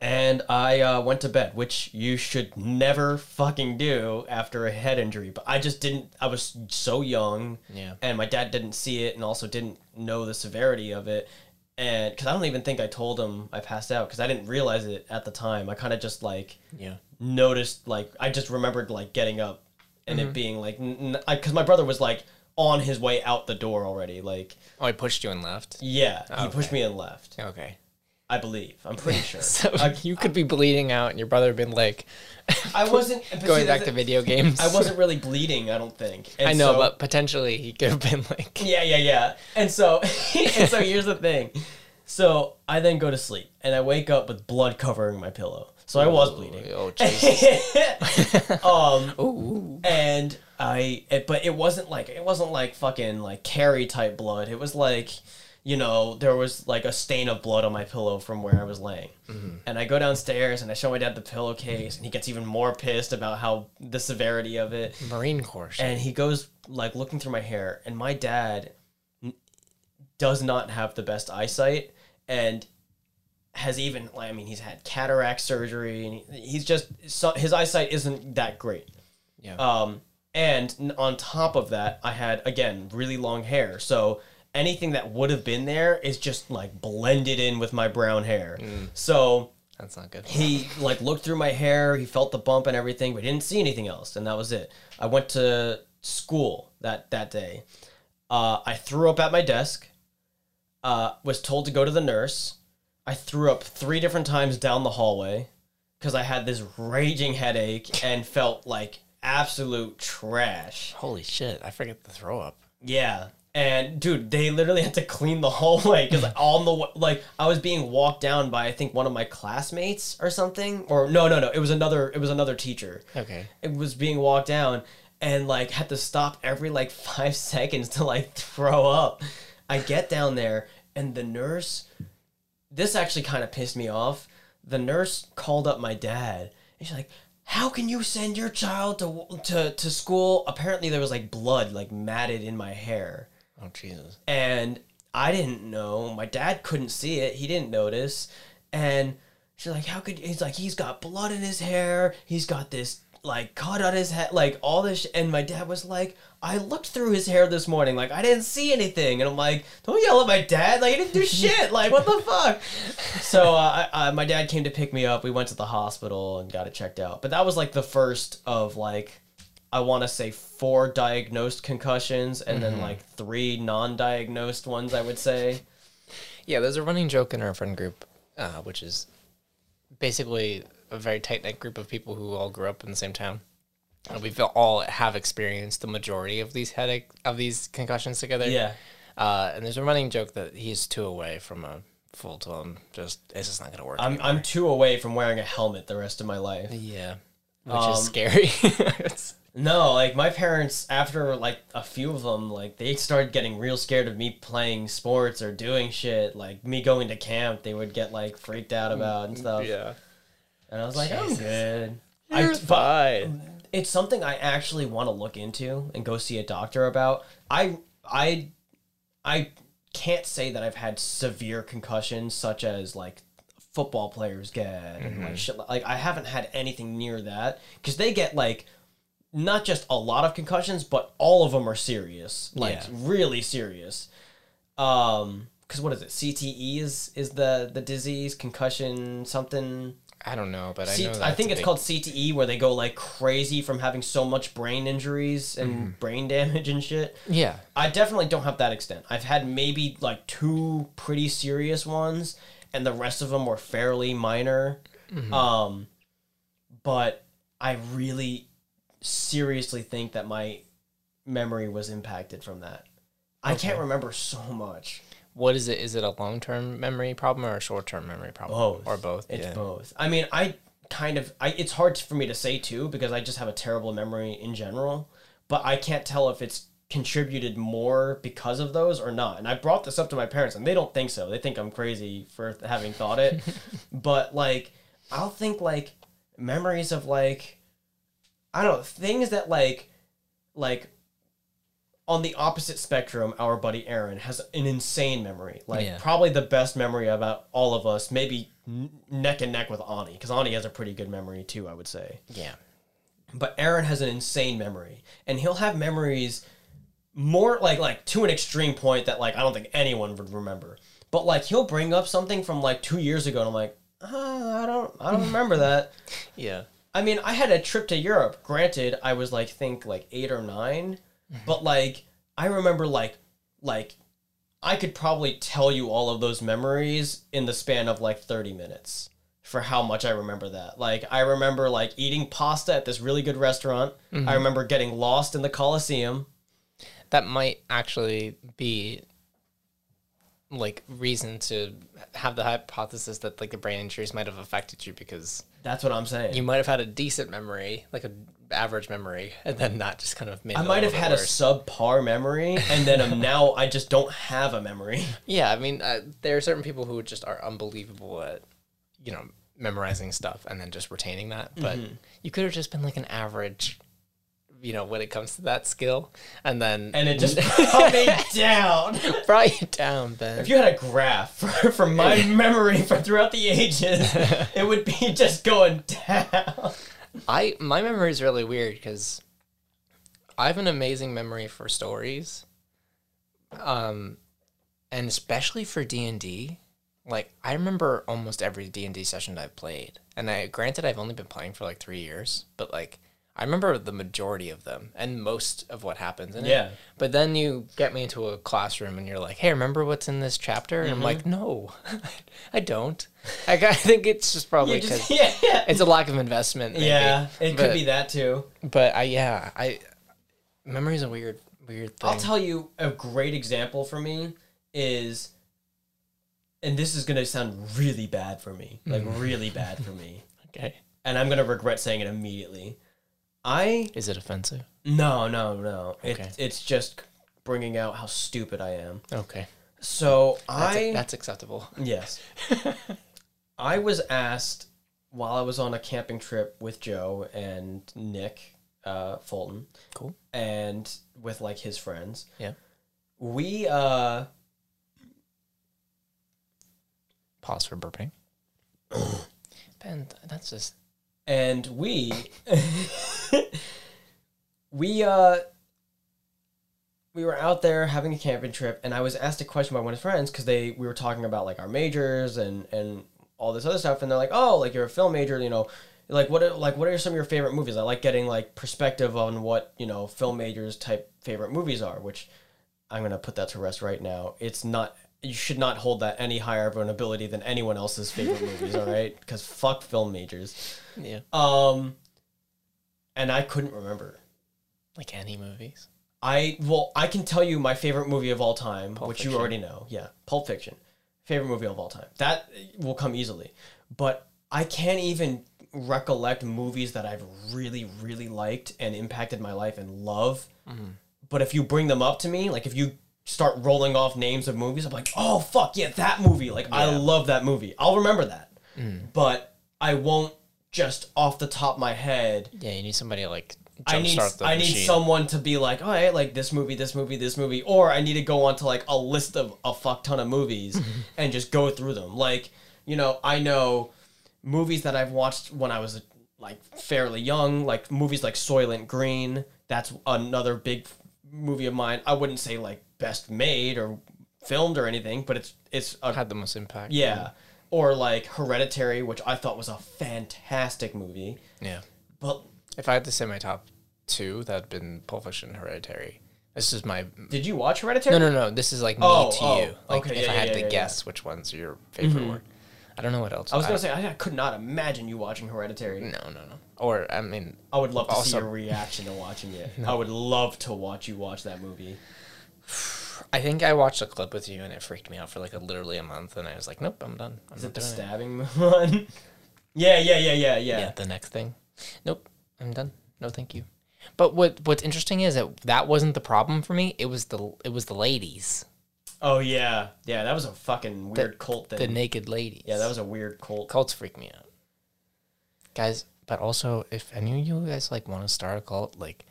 B: and I uh, went to bed, which you should never fucking do after a head injury. But I just didn't. I was so young,
A: Yeah.
B: and my dad didn't see it, and also didn't know the severity of it. And because I don't even think I told him I passed out because I didn't realize it at the time. I kind of just like
A: Yeah.
B: noticed like I just remembered like getting up and
A: Mm-hmm.
B: it being like because my brother was like on his way out the door already like
A: Oh, I pushed you and left.
B: yeah
A: Oh,
B: he pushed me and left
A: Okay. (laughs)
B: I believe I'm pretty sure
A: So you could be bleeding out, and your brother been like
B: I wasn't but
A: (laughs)
B: see,
A: going
B: that's
A: back to
B: it.
A: video games.
B: (laughs) I wasn't really bleeding I don't think
A: (laughs)
B: And
A: I know,
B: so-
A: but potentially he could have been
B: (laughs)
A: like,
B: yeah yeah yeah and so (laughs) and so here's the thing so I then go to sleep and I wake up with blood covering my pillow so I was bleeding
A: "Oh, jeez."
B: (laughs) um (laughs)
A: Ooh.
B: and I, it, but it wasn't like it wasn't like fucking like carry type blood. It was like, you know, there was like a stain of blood on my pillow from where I was laying. And I go downstairs and I show my dad the pillowcase, and he gets even more pissed about how the severity of it.
A: Marine Corps. shit.
B: And he goes like looking through my hair, and my dad n- does not have the best eyesight, and has even like I mean he's had cataract surgery, and he, he's just so, his eyesight isn't that great.
A: Yeah.
B: Um, and n- on top of that, I had again really long hair, so anything that would have been there is just like blended in with my brown hair. So
A: That's not good.
B: he like looked through my hair he felt the bump and everything but he didn't see anything else and that was it i went to school that that day uh, i threw up at my desk uh, was told to go to the nurse i threw up three different times down the hallway because i had this raging headache and felt like absolute trash
A: Holy shit! I forget the throw up.
B: yeah. And dude, they literally had to clean the (laughs) hallway because on the wa- like I was being walked down by I think one of my classmates or something or no no no it was another it was another teacher
A: Okay.
B: it was being walked down and like had to stop every like (laughs) five seconds to like throw up. I get down there and the nurse this actually kind of pissed me off. The nurse called up my dad and she's like, How can you send your child to, to, to school? Apparently, there was like blood like matted in my hair
A: Oh Jesus.
B: and I didn't know. My dad couldn't see it. He didn't notice. And she's like, "How could?" He's like, "He's got blood in his hair. He's got this like cut on his head, like all this." Sh-. And my dad was like, "I looked through his hair this morning. Like I didn't see anything." And I'm like, "Don't yell at my dad. Like he didn't do shit. Like what the fuck?" so uh, I, I, my dad came to pick me up. We went to the hospital and got it checked out. But that was like the first of like I want to say four diagnosed concussions and then like three non-diagnosed ones. I would say.
A: Yeah, there's a running joke in our friend group, uh, which is basically a very tight knit group of people who all grew up in the same town. And we've all have experienced the majority of these headache of these concussions together.
B: Yeah.
A: Uh, and there's a running joke that he's two away from a full time. Just it's just not gonna work.
B: I'm I'm two away from wearing a helmet the rest of my life.
A: yeah, which
B: Um,
A: is scary. (laughs) It's-
B: No, like my parents after like a few of them like they started getting real scared of me playing sports or doing shit like me going to camp. They would get like freaked out about and stuff.
A: yeah,
B: And I was like, uh, I'm good. I,
A: You're
B: but
A: fine.
B: it's something I actually want to look into and go see a doctor about. I I I can't say that I've had severe concussions such as like football players get and like shit. li- Like I haven't had anything near that because they get like not just a lot of concussions, but all of them are serious, like
A: Yeah.
B: really serious. Um, because what is it? CTE is is the the disease concussion something.
A: I don't know, but I
B: C-
A: know.
B: I
A: that's
B: think
A: a
B: it's
A: big-
B: called CTE, where they go like crazy from having so much brain injuries and brain (laughs) damage and shit.
A: Yeah,
B: I definitely don't have that extent. I've had maybe like two pretty serious ones, and the rest of them were fairly minor. Um, but I really seriously think that my memory was impacted from that. I can't remember so much.
A: what is it? Is it a long term memory problem or a short term memory problem?
B: Both.
A: Or both.
B: It's
A: yeah.
B: both. I mean, I kind of I it's hard for me to say too because I just have a terrible memory in general, but I can't tell if it's contributed more because of those or not. And I brought this up to my parents and they don't think so. They think I'm crazy for having thought it. but like I'll think like memories of like I don't know, things that like like on the opposite spectrum, our buddy Aaron has an insane memory. Like
A: Yeah.
B: probably the best memory about all of us, maybe n- neck and neck with Ani, because Ani has a pretty good memory too, I would say.
A: Yeah.
B: But Aaron has an insane memory, and he'll have memories more like like to an extreme point that like I don't think anyone would remember. But like he'll bring up something from like two years ago, and I'm like, ah, I don't, I don't remember that.
A: Yeah.
B: I mean, I had a trip to Europe. Granted, I was like think like eight or 9 but like I remember like like I could probably tell you all of those memories in the span of like thirty minutes for how much I remember that. Like I remember like eating pasta at this really good restaurant. I remember getting lost in the Coliseum.
A: That might actually be like reason to have the hypothesis that like the brain injuries might have affected you because
B: That's what I'm saying.
A: you might have had a decent memory, like an average memory, and then that just kind of made.
B: I
A: it a
B: might
A: little bit
B: have had a
A: worse.
B: subpar memory, and then um, now I just don't have a memory.
A: Yeah, I mean, uh, there are certain people who just are unbelievable at, you know, memorizing stuff and then just retaining that. But
B: Mm-hmm.
A: you could have just been like an average, you know, when it comes to that skill, and then
B: And
A: (laughs)
B: it just (laughs) brought me down.
A: brought you down, Ben.
B: If you had a graph (laughs) for, for my memory for throughout
A: (laughs)
B: the ages, it would be just going down. (laughs)
A: I my memory is really weird because I have an amazing memory for stories, um, and especially for D and D. Like I remember almost every D and D session that I've played, and I granted I've only been playing for like three years, but like I remember the majority of them and most of what happens in
B: Yeah.
A: it. But then you get me into a classroom and you're like, "Hey, remember what's in this chapter?" And I'm like,
B: Mm-hmm.
A: "No, (laughs) I don't." Like, I think it's just probably
B: You
A: because
B: just, yeah, yeah.
A: it's a lack of investment. Maybe.
B: Yeah, it could
A: But-
B: be that too.
A: But I yeah, I memory's a weird weird thing.
B: I'll tell you a great example for me is, and this is gonna sound really bad for me, like
A: Mm. (laughs)
B: really bad for me,
A: okay.
B: and I'm gonna regret saying it immediately. I
A: Is it offensive?
B: no no no. It,
A: Okay.
B: It's just bringing out how stupid I am.
A: Okay.
B: So
A: That's,
B: I
A: that's acceptable.
B: yes, I was asked while I was on a camping trip with Joe and Nick uh, Fulton
A: Cool.
B: and with like his friends.
A: Yeah.
B: We uh
A: Pause for burping. (coughs) ben, th- that's just
B: and we we uh we were out there having a camping trip and i was asked a question by one of his friends because they we were talking about like our majors and and all this other stuff and they're like oh like you're a film major you know like what are, like what are some of your favorite movies i like getting like perspective on what you know film majors type favorite movies are which i'm going to put that to rest right now it's not you should not hold that any higher of an ability than anyone else's favorite movies all right because fuck film majors
A: yeah.
B: um, and I couldn't remember.
A: Like any movies.
B: I well, I can tell you my favorite movie of all time, which you
A: Fiction.
B: already know. Yeah, Pulp Fiction, favorite movie of all time. That will come easily, but I can't even recollect movies that I've really, really liked and impacted my life and love. But if you bring them up to me, like if you start rolling off names of movies, I'm like, oh fuck yeah, that movie. Like I love that movie. I'll remember that, but I won't just off the top of my head
A: Yeah, you need somebody to, like
B: I need
A: jumpstart the
B: I
A: machine.
B: need someone to be like, all right, like this movie, this movie, this movie, or I need to go on to like a list of a fuck ton of movies and just go through them. Like, you know, I know movies that I've watched when I was like fairly young, like movies like Soylent Green. That's another big f- movie of mine. I wouldn't say like best made or filmed or anything, but it's it's a
A: had the most impact.
B: yeah. Or like Hereditary, which I thought was a fantastic movie,
A: Yeah.
B: but
A: If I had to say my top two, that'd been Pulp Fiction and Hereditary. This is my
B: did you watch Hereditary?
A: No, no, no. This is like me
B: Oh,
A: to
B: oh,
A: you. Like
B: okay,
A: if
B: yeah,
A: I
B: yeah,
A: had
B: yeah,
A: to
B: yeah,
A: guess which ones your favorite were. I Mm. don't know what else.
B: I was gonna say I, I could not imagine you watching Hereditary.
A: no, no, no. Or I mean,
B: I would love to see
A: Also-
B: your reaction to
A: (laughs)
B: watching it. I would love to watch you watch that movie.
A: I think I watched a clip with you and it freaked me out for like a, literally a month, and I was like, nope, I'm done. I'm
B: Is it
A: not
B: the
A: doing it.
B: stabbing (laughs) one? yeah, yeah, yeah, yeah, yeah,
A: Yeah, the next thing. Nope, I'm done. No, thank you. But what what's interesting is that that wasn't the problem for me. It was the it was the ladies,
B: Oh yeah, yeah. That was a fucking weird cult
A: the
B: thing.
A: naked ladies.
B: Mm. yeah, that was a weird cult.
A: cults freak me out, guys. But also, if any of you guys like want to start a cult, like,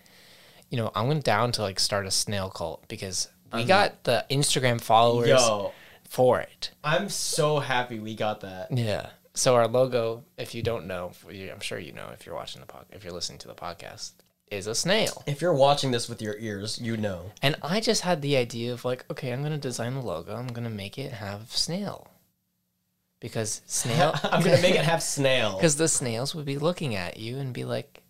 A: you know, I'm down to like start a snail cult because we got the Instagram followers
B: Yo,
A: for it.
B: I'm so happy we got that.
A: Yeah. So our logo, if you don't know, if you- I'm sure you know if you're watching the pod, if you're listening to the podcast, is a snail.
B: If you're watching this with your ears, you know.
A: And I just had the idea of like, okay, I'm gonna design the logo. I'm gonna make it have snail, because snail.
B: (laughs) I'm
A: (laughs)
B: gonna make it have snail.
A: because the snails would be looking at you and be like,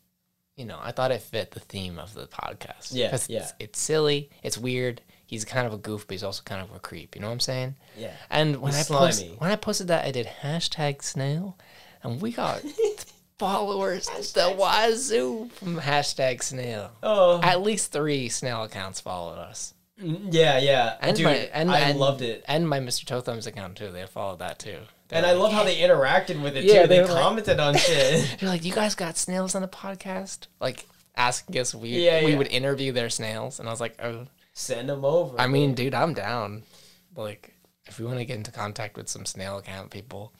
A: you know, I thought it fit the theme of the podcast.
B: Yeah,
A: 'Cause
B: yeah.
A: It's, it's silly. It's weird. He's kind of a goof, but he's also kind of a creep. You know what I'm saying?
B: Yeah.
A: And when I
B: He's
A: post,
B: slimy.
A: when I posted that, I did hashtag snail, and we
B: (laughs)
A: got followers the wazoo from hashtag snail.
B: Oh,
A: At least three snail accounts followed us.
B: Yeah, yeah.
A: And
B: Dude,
A: my and,
B: I
A: and-
B: loved it.
A: And my Mr. Totham's account too. They followed that too. They're
B: And I
A: like-
B: love how they interacted with it
A: Yeah,
B: too. They,
A: they were like- (laughs)
B: commented on shit.
A: They're like, you guys got snails on the podcast? Like asking us, we
B: Yeah,
A: we
B: yeah.
A: would interview their snails, and I was like, oh,
B: Send them over.
A: I mean, dude, I'm down. Like, if we want to get into contact with some snail account people,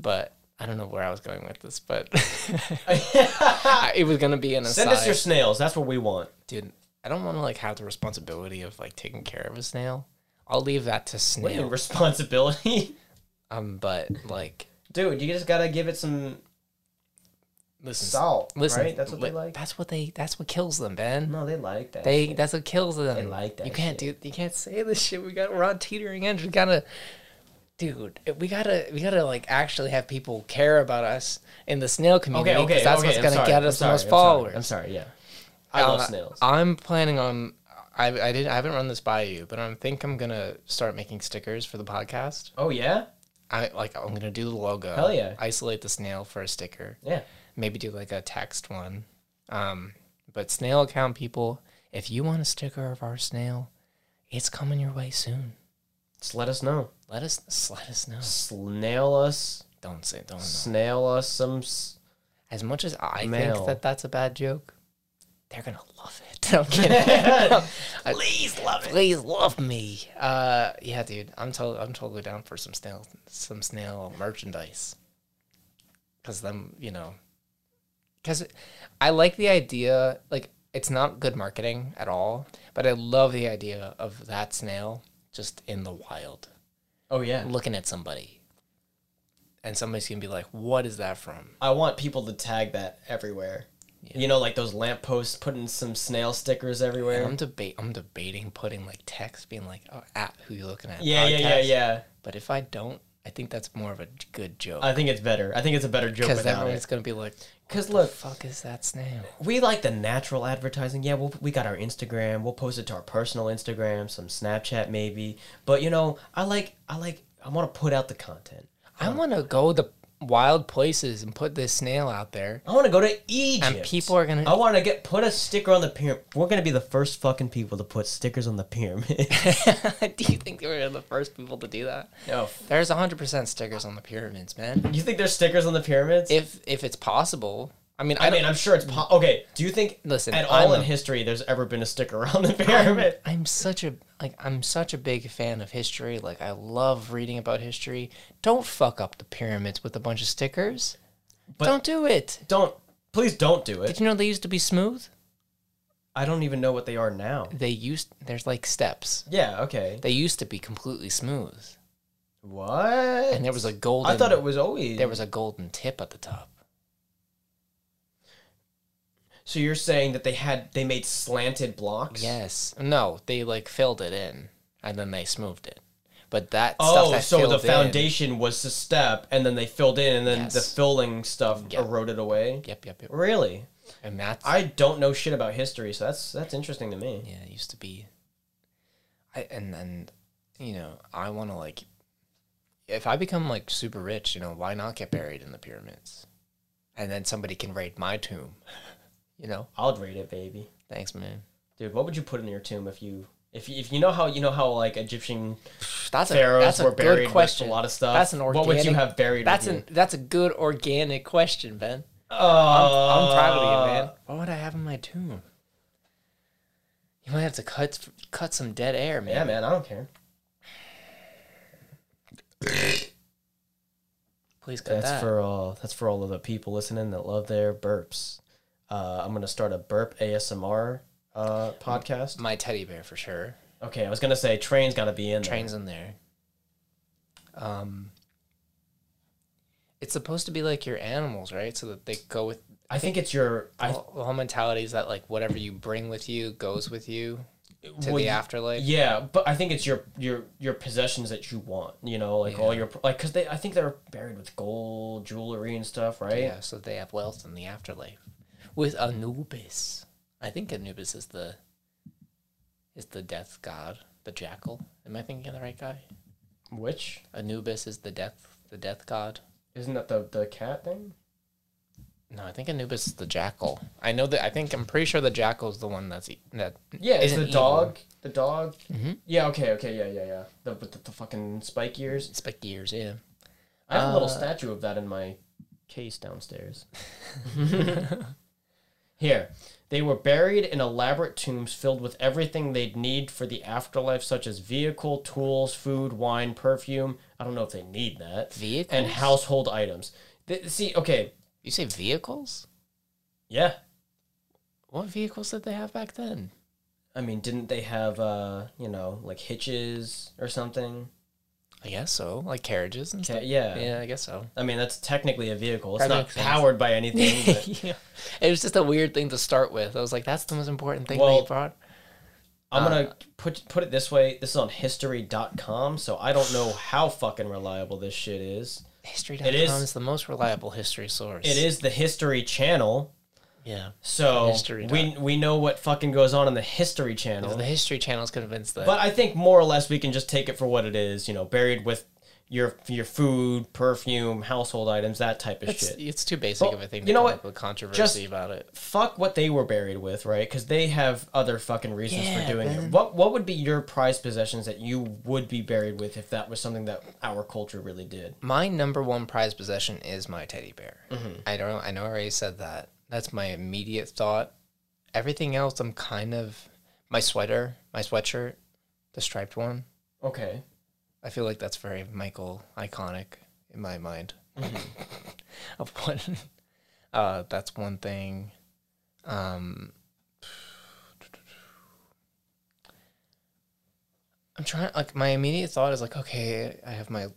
A: but I don't know where I was going with this,
B: (laughs)
A: but (laughs) I- it was gonna be an
B: Send us
A: aside,
B: your snails. That's what we want.
A: dude. I don't want to like have the responsibility of like taking care of a snail. I'll leave that to
B: What do you mean
A: snail.
B: responsibility? (laughs)
A: Um, but like,
B: Dude, you just gotta give it some
A: listen,
B: salt.
A: listen,
B: right? That's what
A: li-
B: they like.
A: That's what they. That's what kills them, Ben.
B: No, they like that.
A: They that's what kills them.
B: like that
A: You can't do. You can't say this shit. We got we're on teetering edge. We gotta, dude. We gotta we gotta like actually have people care about us in the snail community.
B: okay,
A: 'cause
B: okay.
A: That's
B: okay,
A: what's
B: I'm
A: gonna
B: sorry,
A: get
B: I'm
A: us the
B: sorry,
A: most
B: I'm
A: followers.
B: sorry, I'm sorry. Yeah, I love
A: Uh,
B: snails.
A: I'm planning on. I I didn't. I haven't run this by you, but I think I'm gonna start making stickers for the podcast.
B: oh yeah,
A: I like. I'm gonna do the logo.
B: Hell yeah.
A: Isolate the snail for a sticker
B: yeah.
A: maybe do like a text one. Um, but snail account people, if you want a sticker of our snail, it's coming your way soon.
B: Just let us know.
A: Let us s- let us know.
B: Snail us.
A: Don't say don't. Know.
B: Snail us some. s-
A: As much as I
B: Mail.
A: think that that's a bad joke, they're gonna love it. (laughs) I'm kidding. please love it. Please love me. Uh, yeah, dude. I'm totally I'm totally down for some snail some snail merchandise. Cause them, you know, because I like the idea. Like, it's not good marketing at all, but I love the idea of that snail just in the wild,
B: Oh yeah.
A: looking at somebody, and somebody's gonna be like, "What is that from?"
B: I want people to tag that everywhere. You know, like those lampposts, putting some snail stickers everywhere.
A: I'm debate. I'm debating putting like text, being like, "Oh, at who you looking at?"
B: yeah, yeah, yeah,
A: podcast.
B: yeah.
A: But if I don't, I think that's more of a j- good joke
B: I think it's better. I think it's a better joke
A: because
B: without
A: everyone's
B: it.
A: gonna be like,
B: Because look,
A: "Fuck is that snail?"
B: we like the natural advertising. Yeah, we'll, we got our Instagram. We'll post it to our personal Instagram, some Snapchat maybe. But you know, I like, I like, I want to put out the content.
A: I want to go to wild places and put this snail out there.
B: I want to go to Egypt.
A: And people are gonna-
B: I want to get put a sticker on the pyramid. We're gonna be the first fucking people to put stickers on
A: (laughs)
B: the pyramid.
A: (laughs)
B: (laughs)
A: do you think they were the first people to do that?
B: no.
A: There's 100% stickers on the pyramids, man.
B: You think there's stickers on the pyramids?
A: If if it's possible, I mean, I,
B: I mean,
A: don't-
B: I'm sure it's po- okay. Do you think
A: Listen,
B: at all
A: I'm
B: in
A: a-
B: history there's ever been a sticker (laughs) on the
A: I'm,
B: pyramid?
A: I'm such a like I'm such a big fan of history. Like I love reading about history. Don't fuck up the pyramids with a bunch of stickers. don't do it.
B: Don't please don't do
A: Did
B: it.
A: you know they used to be smooth?
B: I don't even know what they are now.
A: They used there's like steps.
B: Yeah. Okay.
A: They used to be completely smooth,
B: What?
A: and there was a golden.
B: I thought it was always.
A: there was a golden tip at the top.
B: so you're saying that they had they made slanted blocks?
A: Yes. No, they like filled it in and then they smoothed it. But that stuff
B: Oh,
A: that
B: so the
A: filled in-
B: foundation was the step, and then they filled in, and then the
A: Yes.
B: filling stuff
A: Yep.
B: eroded away.
A: Yep, yep, yep.
B: Really?
A: And that's
B: I don't know shit about history, so that's that's interesting to me.
A: yeah, it used to be. I and and you know I want to like, if I become like super rich, you know, why not get buried in the pyramids, and then somebody can raid my tomb. (laughs) You know,
B: I'll rate it, baby.
A: thanks, man.
B: Dude, what would you put in your tomb if you if you, if you know how you know how like Egyptian
A: That's a
B: pharaohs
A: that's
B: were
A: a
B: buried
A: good
B: with
A: question.
B: a lot of stuff?
A: That's an organic.
B: What would you have buried?
A: That's
B: with
A: an that's a good organic question, Ben.
B: You?
A: I'm proud of you,
B: Uh,
A: man. What would I have in my tomb? You might have to cut cut some dead air, man.
B: Yeah, man. I don't care.
A: Please cut
B: That's
A: that.
B: for all. That's for all of the people listening that love their burps. Uh, I'm gonna start a burp ASMR uh, podcast.
A: my teddy bear for sure.
B: Okay, I was gonna say train's gotta be in there.
A: Trains in there. Um, it's supposed to be like your animals, right? So that they go with
B: I think it's your. I
A: the whole mentality is that like whatever you bring with you goes with you to
B: Well,
A: the
B: y-
A: afterlife.
B: Yeah, but I think it's your your your possessions that you want. You know, like all your like because they I think they're buried with gold jewelry and stuff, right?
A: Yeah, so they have wealth in the afterlife with Anubis. I think Anubis is the is the death god, the jackal. Am I thinking of the right guy?
B: Which
A: Anubis is the death the death god.
B: isn't that the the cat thing?
A: No, I think Anubis is the jackal. I know that. I think I'm pretty sure the jackal is the one that's e- that.
B: Yeah, it's
A: isn't
B: the
A: evil. Mm-hmm.
B: dog. The dog. Yeah. Okay. Okay. Yeah. Yeah. Yeah. The with the, the fucking spike ears.
A: It's like ears, yeah.
B: I have a
A: Uh,
B: little statue of that in my
A: (laughs)
B: case downstairs. (laughs) Here, they were buried in elaborate tombs filled with everything they'd need for the afterlife, such as vehicle, tools, food, wine, perfume. I don't know if they need that. and
A: Vehicles?
B: household items. Th- see, okay,
A: You say vehicles?
B: yeah.
A: What vehicles did they have back then?
B: I mean, didn't they have, uh, you know, like hitches or something?
A: I guess so, like carriages and
B: Okay,
A: stuff.
B: yeah.
A: Yeah, I guess so.
B: I mean, that's technically a vehicle. It's
A: That
B: not
A: makes sense.
B: powered by anything.
A: (laughs)
B: but-
A: yeah. It was just a weird thing to start with. I was like, that's the most important thing
B: Well,
A: they brought.
B: I'm
A: Uh,
B: gonna put put it this way. This is on history.com, so I don't know how fucking reliable this shit is.
A: History.com
B: is-
A: is, the most reliable history source.
B: It is the History Channel,
A: Yeah.
B: so
A: History
B: we we know what fucking goes on in the History Channel.
A: The History Channel's convinced that.
B: But I think more or less we can just take it for what it is. You know, buried with your your food, perfume, household items, that type of
A: it's,
B: shit.
A: it's too basic
B: Well,
A: of a thing to
B: you know
A: come
B: what?
A: up with controversy
B: Just-
A: about it.
B: Fuck what they were buried with, right? Because they have other fucking reasons for
A: Yeah,
B: doing it. What what would be your prized possessions that you would be buried with if that was something that our culture really did?
A: My number one prized possession is my teddy bear. I don't. I know I already said that. That's my immediate thought. Everything else, I'm kind of my sweater, my sweatshirt, the striped one.
B: Okay.
A: I feel like that's very Michael iconic in my mind. (laughs) of what? (laughs) Uh, that's one thing. Um, I'm trying. Like my immediate thought is like, okay, I have my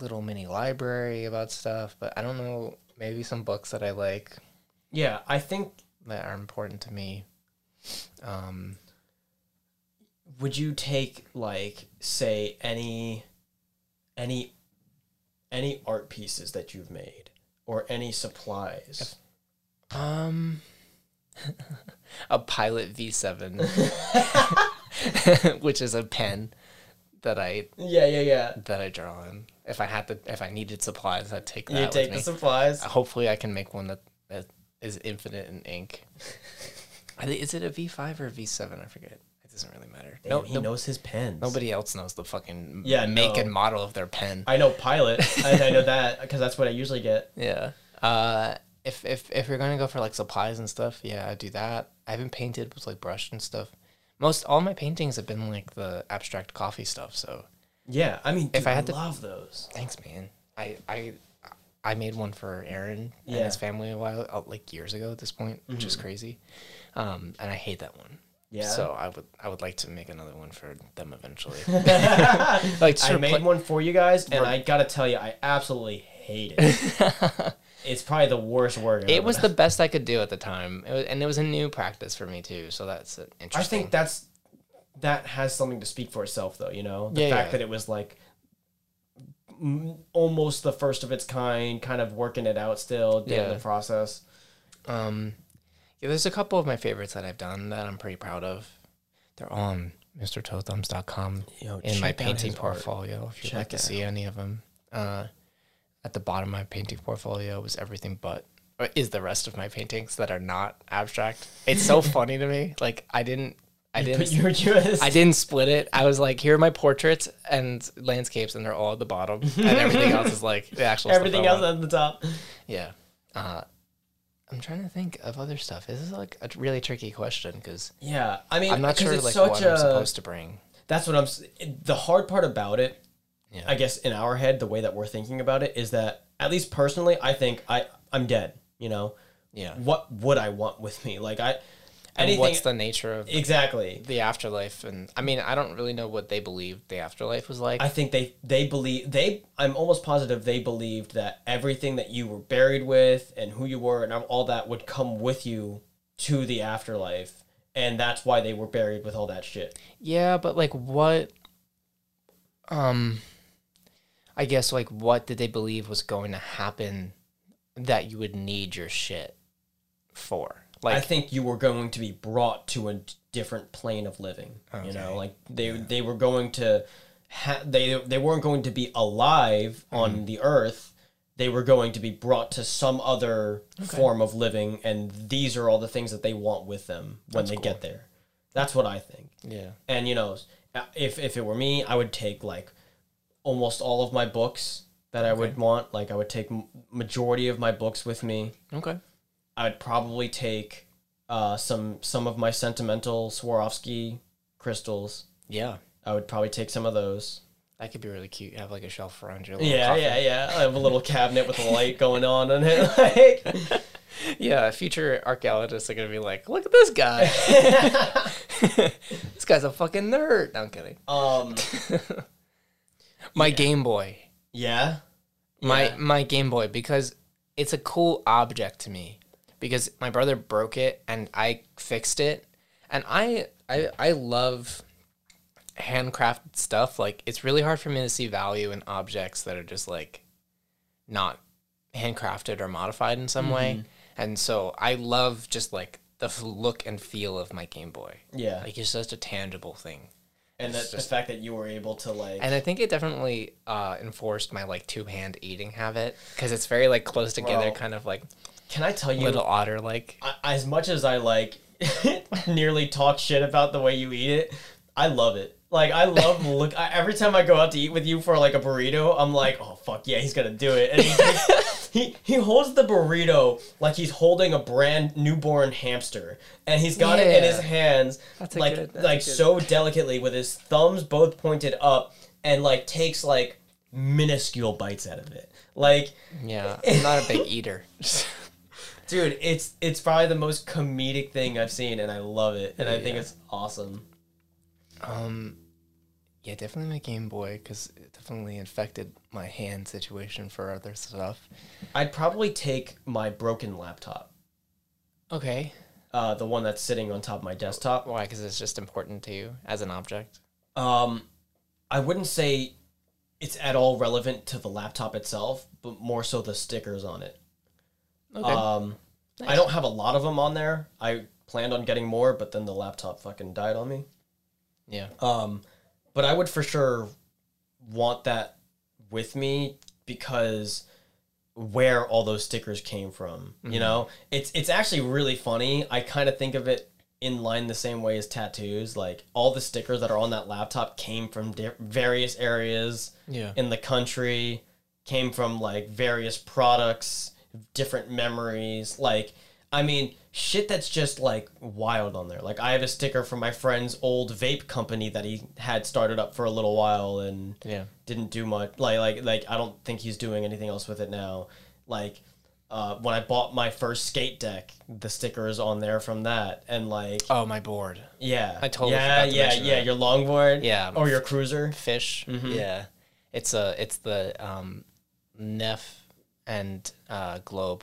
A: little mini library about stuff, but I don't know. Maybe some books that I like
B: Yeah, I think.
A: that are important to me. Um,
B: Would you take like say any, any, any art pieces that you've made or any supplies?
A: Um, (laughs) a Pilot V7, (laughs) which is a pen that I
B: Yeah, yeah, yeah.
A: that I draw in. If I had to, if I needed supplies, I'd take that
B: You
A: with
B: take
A: me. Oh,
B: the supplies.
A: Hopefully, I can make one that, that is infinite in ink. I thi- is it a V5 or a V7? I forget. It doesn't really matter.
B: No,
A: No,
B: he
A: no-
B: knows his pens.
A: nobody else knows the fucking
B: Yeah,
A: make
B: no.
A: and model of their pen.
B: I
A: (laughs)
B: know pilot. I, I know that because that's what I usually get.
A: Yeah. Uh, if if if you're gonna go for like supplies and stuff, yeah, I do that. I haven't painted with like brush and stuff. Most all my paintings have been like the abstract coffee stuff. So
B: Yeah, I mean, if
A: I
B: I
A: had to-
B: love those.
A: thanks, man. I I I made one for Aaron and
B: Yeah. Mm-hmm.
A: his family a while uh, like years ago at this point, which is crazy. Um, and I hate that one.
B: Yeah. (laughs)
A: So I would I would like to make another one for them eventually. (laughs) like
B: I
A: surpli-
B: made one for you guys, and I gotta tell you, I absolutely hate it.
A: (laughs)
B: it's probably the worst word. I've
A: It
B: ever
A: was the best I could do at the time, it was, and it was a new practice for me too. So that's uh,
B: I
A: interesting.
B: think that's that has something to speak for itself, though. You know, the
A: Yeah,
B: fact
A: yeah.
B: that it was like m- almost the first of its kind, kind of working it out still, doing
A: Yeah.
B: the
A: (laughs)
B: process.
A: Um, yeah, there's a couple of my favorites that I've done that I'm pretty proud of. They're all on MrToadThumbs.com
B: Yo,
A: in my
B: check out
A: painting
B: his art.
A: portfolio. If you'd
B: Check
A: like to
B: it
A: see any of them, uh, at the bottom of my painting portfolio is everything but or is the rest of my paintings that are not abstract. It's
B: (laughs)
A: so funny to me. Like I didn't, (laughs) I didn't
B: But you're just
A: I didn't split it. I was like, here are my portraits and landscapes, and they're all at the bottom, and
B: (laughs)
A: everything else is like the actual. stuff I
B: everything
A: want.
B: else at the top.
A: Yeah. Uh, I'm trying to think of other stuff. This is like a t- really tricky question because
B: Yeah, I mean,
A: I'm not
B: 'cause
A: sure
B: it's
A: like
B: such
A: what
B: a,
A: I'm supposed to bring.
B: That's what I'm. s- The hard part about it,
A: Yeah.
B: I guess, in our head, the way that we're thinking about it is that, at least personally, I think I I'm dead. You know,
A: Yeah.
B: what would I want with me? Like I,
A: And
B: anything
A: what's the nature of
B: exactly?
A: the afterlife? And I mean, I don't really know what they believed the afterlife was like.
B: I think they they believe they. I'm almost positive they believed that everything that you were buried with and who you were and all that would come with you to the afterlife, and that's why they were buried with all that shit.
A: yeah, but like what? Um, I guess like what did they believe was going to happen that you would need your shit for? Like,
B: I think you were going to be brought to a different plane of living. You know, like they they were going to ha- they they weren't going to be alive on the earth. they were going to be brought to some other form of living, and these are all the things that they want with them when they get there. That's what I think.
A: Yeah.
B: And you know, uh, if if it were me, I would take like almost all of my books that I would want. Like I would take m- majority of my books with me.
A: Okay.
B: I would probably take uh, some some of my sentimental Swarovski crystals.
A: Yeah.
B: I would probably take some of those.
A: That could be really cute. Have like a shelf around your little
B: Yeah,
A: coffin.
B: yeah, yeah. I have a little cabinet with (laughs) a light going on in it. (laughs) Like,
A: Yeah, future archaeologists are gonna be like, look at this guy. (laughs) this guy's a fucking nerd. No, I'm kidding.
B: um,
A: My Game Boy.
B: yeah,
A: My my Game Boy because it's a cool object to me. Because my brother broke it and I fixed it. And I I I love handcrafted stuff. Like it's really hard for me to see value in objects that are just like not handcrafted or modified in some way. And so I love just like the f- look and feel of my Game Boy.
B: yeah.
A: Like it's just a tangible thing.
B: and that, the fact that you were able to like,
A: And I think it definitely uh, enforced my like two hand eating habit because it's very like close together,
B: Well,
A: kind of like
B: can I tell you,
A: little otter like.
B: I, as much as I like, (laughs) nearly talk shit about the way you eat it, I love it. Like
A: (laughs)
B: I love look. I, every time I go out to eat with you for like a burrito, I'm like, oh fuck yeah, he's gonna do it. And he, takes-
A: (laughs)
B: he he holds the burrito like he's holding a brand newborn hamster, and he's got it in
A: Yeah.
B: his hands,
A: That's a
B: like
A: good- that's a
B: like
A: good- (laughs)
B: so delicately with his thumbs both pointed up, and like takes like minuscule bites out of it. Like
A: Yeah, I'm not a (laughs) big eater.
B: Dude, it's it's probably the most comedic thing I've seen, and I love it, and I think it's awesome.
A: yeah, definitely my Game Boy because it definitely infected my hand situation for other stuff.
B: I'd probably take my broken laptop,
A: Okay,
B: uh, the one that's sitting on top of my desktop.
A: why? Because it's just important to you as an object.
B: Um, I wouldn't say it's at all relevant to the laptop itself, but more so the stickers on it.
A: Okay,
B: Um, I don't have a lot of them on there. I planned on getting more, but then the laptop fucking died on me.
A: yeah,
B: Um, but I would for sure want that with me because where all those stickers came from. You know, it's it's actually really funny. I kind of think of it in line the same way as tattoos. Like all the stickers that are on that laptop came from di- various areas
A: yeah,
B: in the country, came from like various products, different memories. Like, I mean, shit that's just like wild on there. Like, I have a sticker from my friend's old vape company that he had started up for a little while and
A: yeah.
B: didn't do much. Like, like, like, I don't think he's doing anything else with it now. Like, uh, when I bought my first skate deck, the sticker is on there from that, and like,
A: Oh, my board,
B: yeah,
A: I totally
B: yeah,
A: forgot to
B: yeah,
A: mention
B: yeah,
A: that.
B: your longboard,
A: Yeah.
B: or your cruiser,
A: fish.
B: Mm-hmm.
A: Yeah, it's a it's the um, Neff and uh, Globe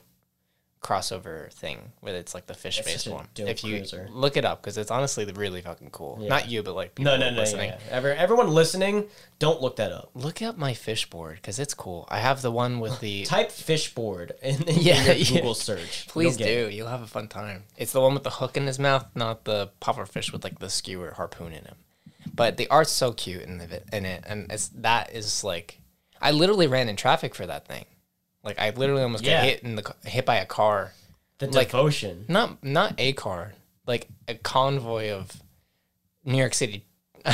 A: crossover thing where it's like the fish based
B: such a
A: one.
B: dope
A: If you
B: cruiser.
A: look it up because it's honestly really fucking cool. Not you, but like people
B: No, no, no,
A: listening.
B: yeah. Every, everyone listening, don't look that up.
A: Look up my fish board because it's cool. I have the one with
B: (laughs)
A: the.
B: Type fishboard (laughs) in, in
A: Yeah,
B: your
A: yeah.
B: Google search.
A: Please
B: You'll get it.
A: do. You'll have a fun time. It's the one with the hook in his mouth, not the puffer fish with like the skewer harpoon in him. But the art's so cute in the in it, and it's that is like, I literally ran in traffic for that thing. Like I literally almost
B: Yeah.
A: got hit in the ca- hit by a car.
B: The
A: Like-
B: devotion.
A: Not not a car, like a convoy of New York City (laughs)
B: (laughs)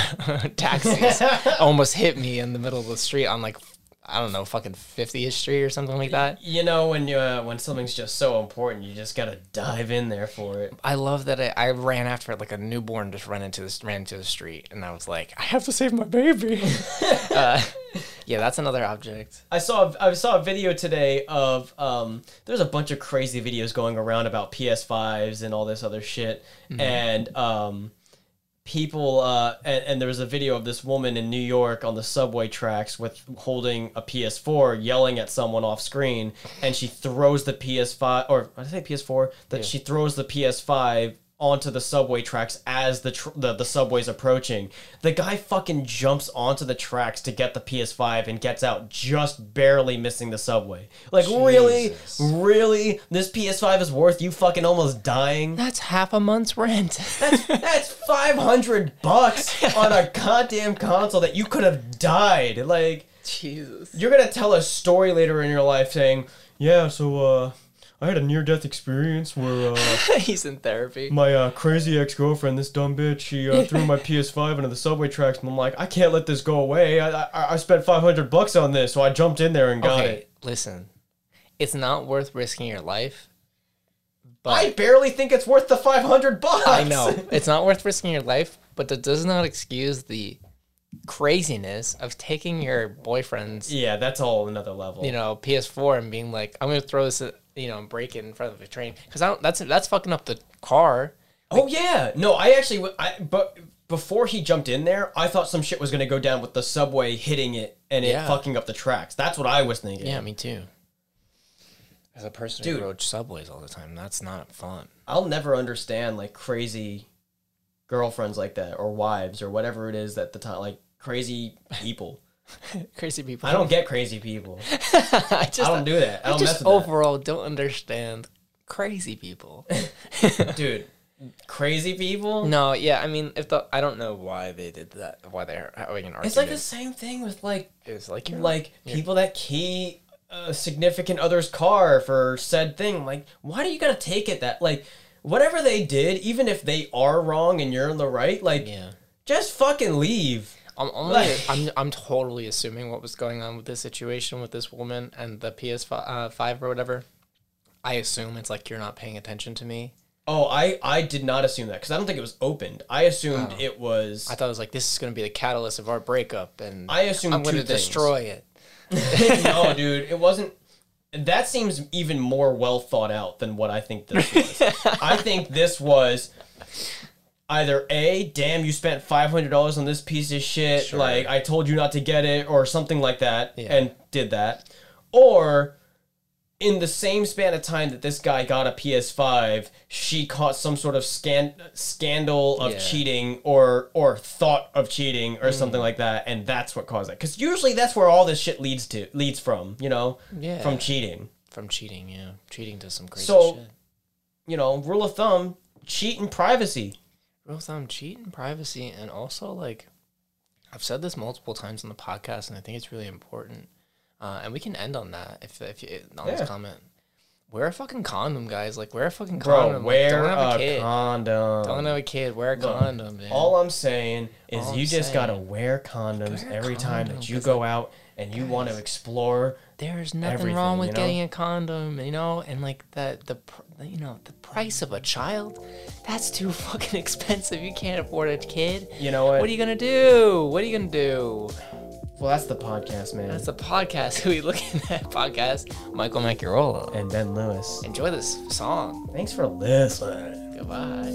A: taxis almost hit me in the middle of the street on like I don't know fucking 50th Street or something like that.
B: You know when you uh, when something's just so important, you just gotta dive in there for it.
A: I love that I, I ran after it like a newborn just ran into this ran into the street and I was like, I have to save my (laughs) baby. uh, yeah, that's another object.
B: I saw a, I saw a video today of um, there's a bunch of crazy videos going around about PS5s and all this other shit, and um, people uh, and, and there was a video of this woman in New York on the subway tracks with holding a PS4, yelling at someone off screen, and she throws the PS5 or what did I say PS4 that she throws the PS5. onto the subway tracks as the, tr- the the subway's approaching. The guy fucking jumps onto the tracks to get the PS5 and gets out just barely missing the subway. Like really,
A: Jesus.
B: really, this PS5 is worth you fucking almost dying.
A: That's half a month's rent. (laughs)
B: That's 500 bucks on a goddamn console that you could have died. Like
A: Jesus. (laughs)
B: you're gonna tell a story later in your life saying, "Yeah, so uh, I had a near-death experience where uh,
A: He's in therapy.
B: my uh, crazy ex-girlfriend, this dumb bitch, she uh, threw my PS5 into the subway tracks, and I'm like, I can't let this go away. I I, I spent 500 bucks on this, so I jumped in there and got
A: okay,
B: it.
A: listen. It's not worth risking your life.
B: I
A: But
B: barely think it's worth the 500 bucks.
A: I, (laughs) know it's not worth risking your life, but that does not excuse the craziness of taking your boyfriend's,
B: (laughs) yeah, that's all another level.
A: you know, PS4 and being like, "I'm gonna throw this, at- you know, and break it in front of a train," because I don't. That's that's fucking up the car.
B: Oh yeah, no, I actually, w- I but before he jumped in there, I thought some shit was gonna go down with the subway hitting it and it
A: Yeah.
B: fucking up the tracks. That's what I was thinking.
A: Yeah, me too. As a person
B: Dude.
A: who rode subways all the time, that's not fun.
B: I'll never understand like crazy girlfriends like that or wives or whatever it is that the time like crazy people.
A: Crazy people.
B: I don't get crazy people.
A: (laughs) I just
B: I don't do that. I don't mess
A: just
B: with
A: overall don't understand crazy (laughs) people.
B: that. Dude, crazy people?
A: no, yeah, I mean, if the I don't know why they did that, why they're having an argument.
B: It's like the same thing with like
A: It's like you're
B: like people that key a significant other's car for said thing. Like, why do you gotta take it that like whatever they did, even if they are wrong and you're in the right, like
A: yeah.
B: just fucking leave.
A: I'm only
B: Like-
A: I'm I'm totally assuming what was going on with this situation with this woman and the PS uh, five or whatever. I assume it's like you're not paying attention to me.
B: Oh, I I did not assume that because I don't think it was opened. I assumed it was.
A: Oh. I thought it was like this is going to be the catalyst of our breakup, and
B: I assumed
A: I'm going
B: two
A: to
B: things. (laughs)
A: destroy it.
B: no, dude, it wasn't. That seems even more well thought out than what I think this
A: (laughs)
B: was. I think this was either a damn you spent five hundred dollars on this piece of shit,
A: Sure.
B: like I told you not to get it, or something like that,
A: Yeah.
B: and did that, or in the same span of time that this guy got a PS5, she caught some sort of scan- scandal of
A: Yeah. Mm.
B: cheating or or thought of cheating or something like that, and that's what caused that. Because usually that's where all this shit leads to leads from, you know,
A: Yeah,
B: from cheating.
A: from cheating. Yeah, cheating does some crazy
B: So-
A: shit.
B: You know, rule of thumb: cheat in privacy.
A: Real thumb cheat and privacy, and also like I've said this multiple times on the podcast, and I think it's really important. Uh, and we can end on that if if you, on
B: Yeah.
A: this comment. Wear a fucking condom, guys. Like wear a fucking
B: Bro,
A: condom. Like,
B: wear
A: don't have a,
B: a,
A: kid.
B: condom.
A: don't have a kid. Wear a condom, man.
B: All I'm saying is
A: All
B: you
A: I'm
B: just
A: saying-
B: gotta wear condoms
A: Wear a
B: every time
A: condom,
B: that you
A: 'cause,
B: go out and you want to explore.
A: There's nothing
B: everything,
A: wrong with
B: you know?
A: getting a condom, you know, and like the the pr- the- you know the price of a child, that's too (laughs) fucking expensive. You can't afford a kid.
B: You know what?
A: What are you gonna do? What are you gonna do?
B: well, that's the podcast, man.
A: That's the podcast. (laughs) Who we looking at? Podcast. Michael Macarola.
B: and Ben Lewis.
A: Enjoy this song.
B: Thanks for listening.
A: Goodbye.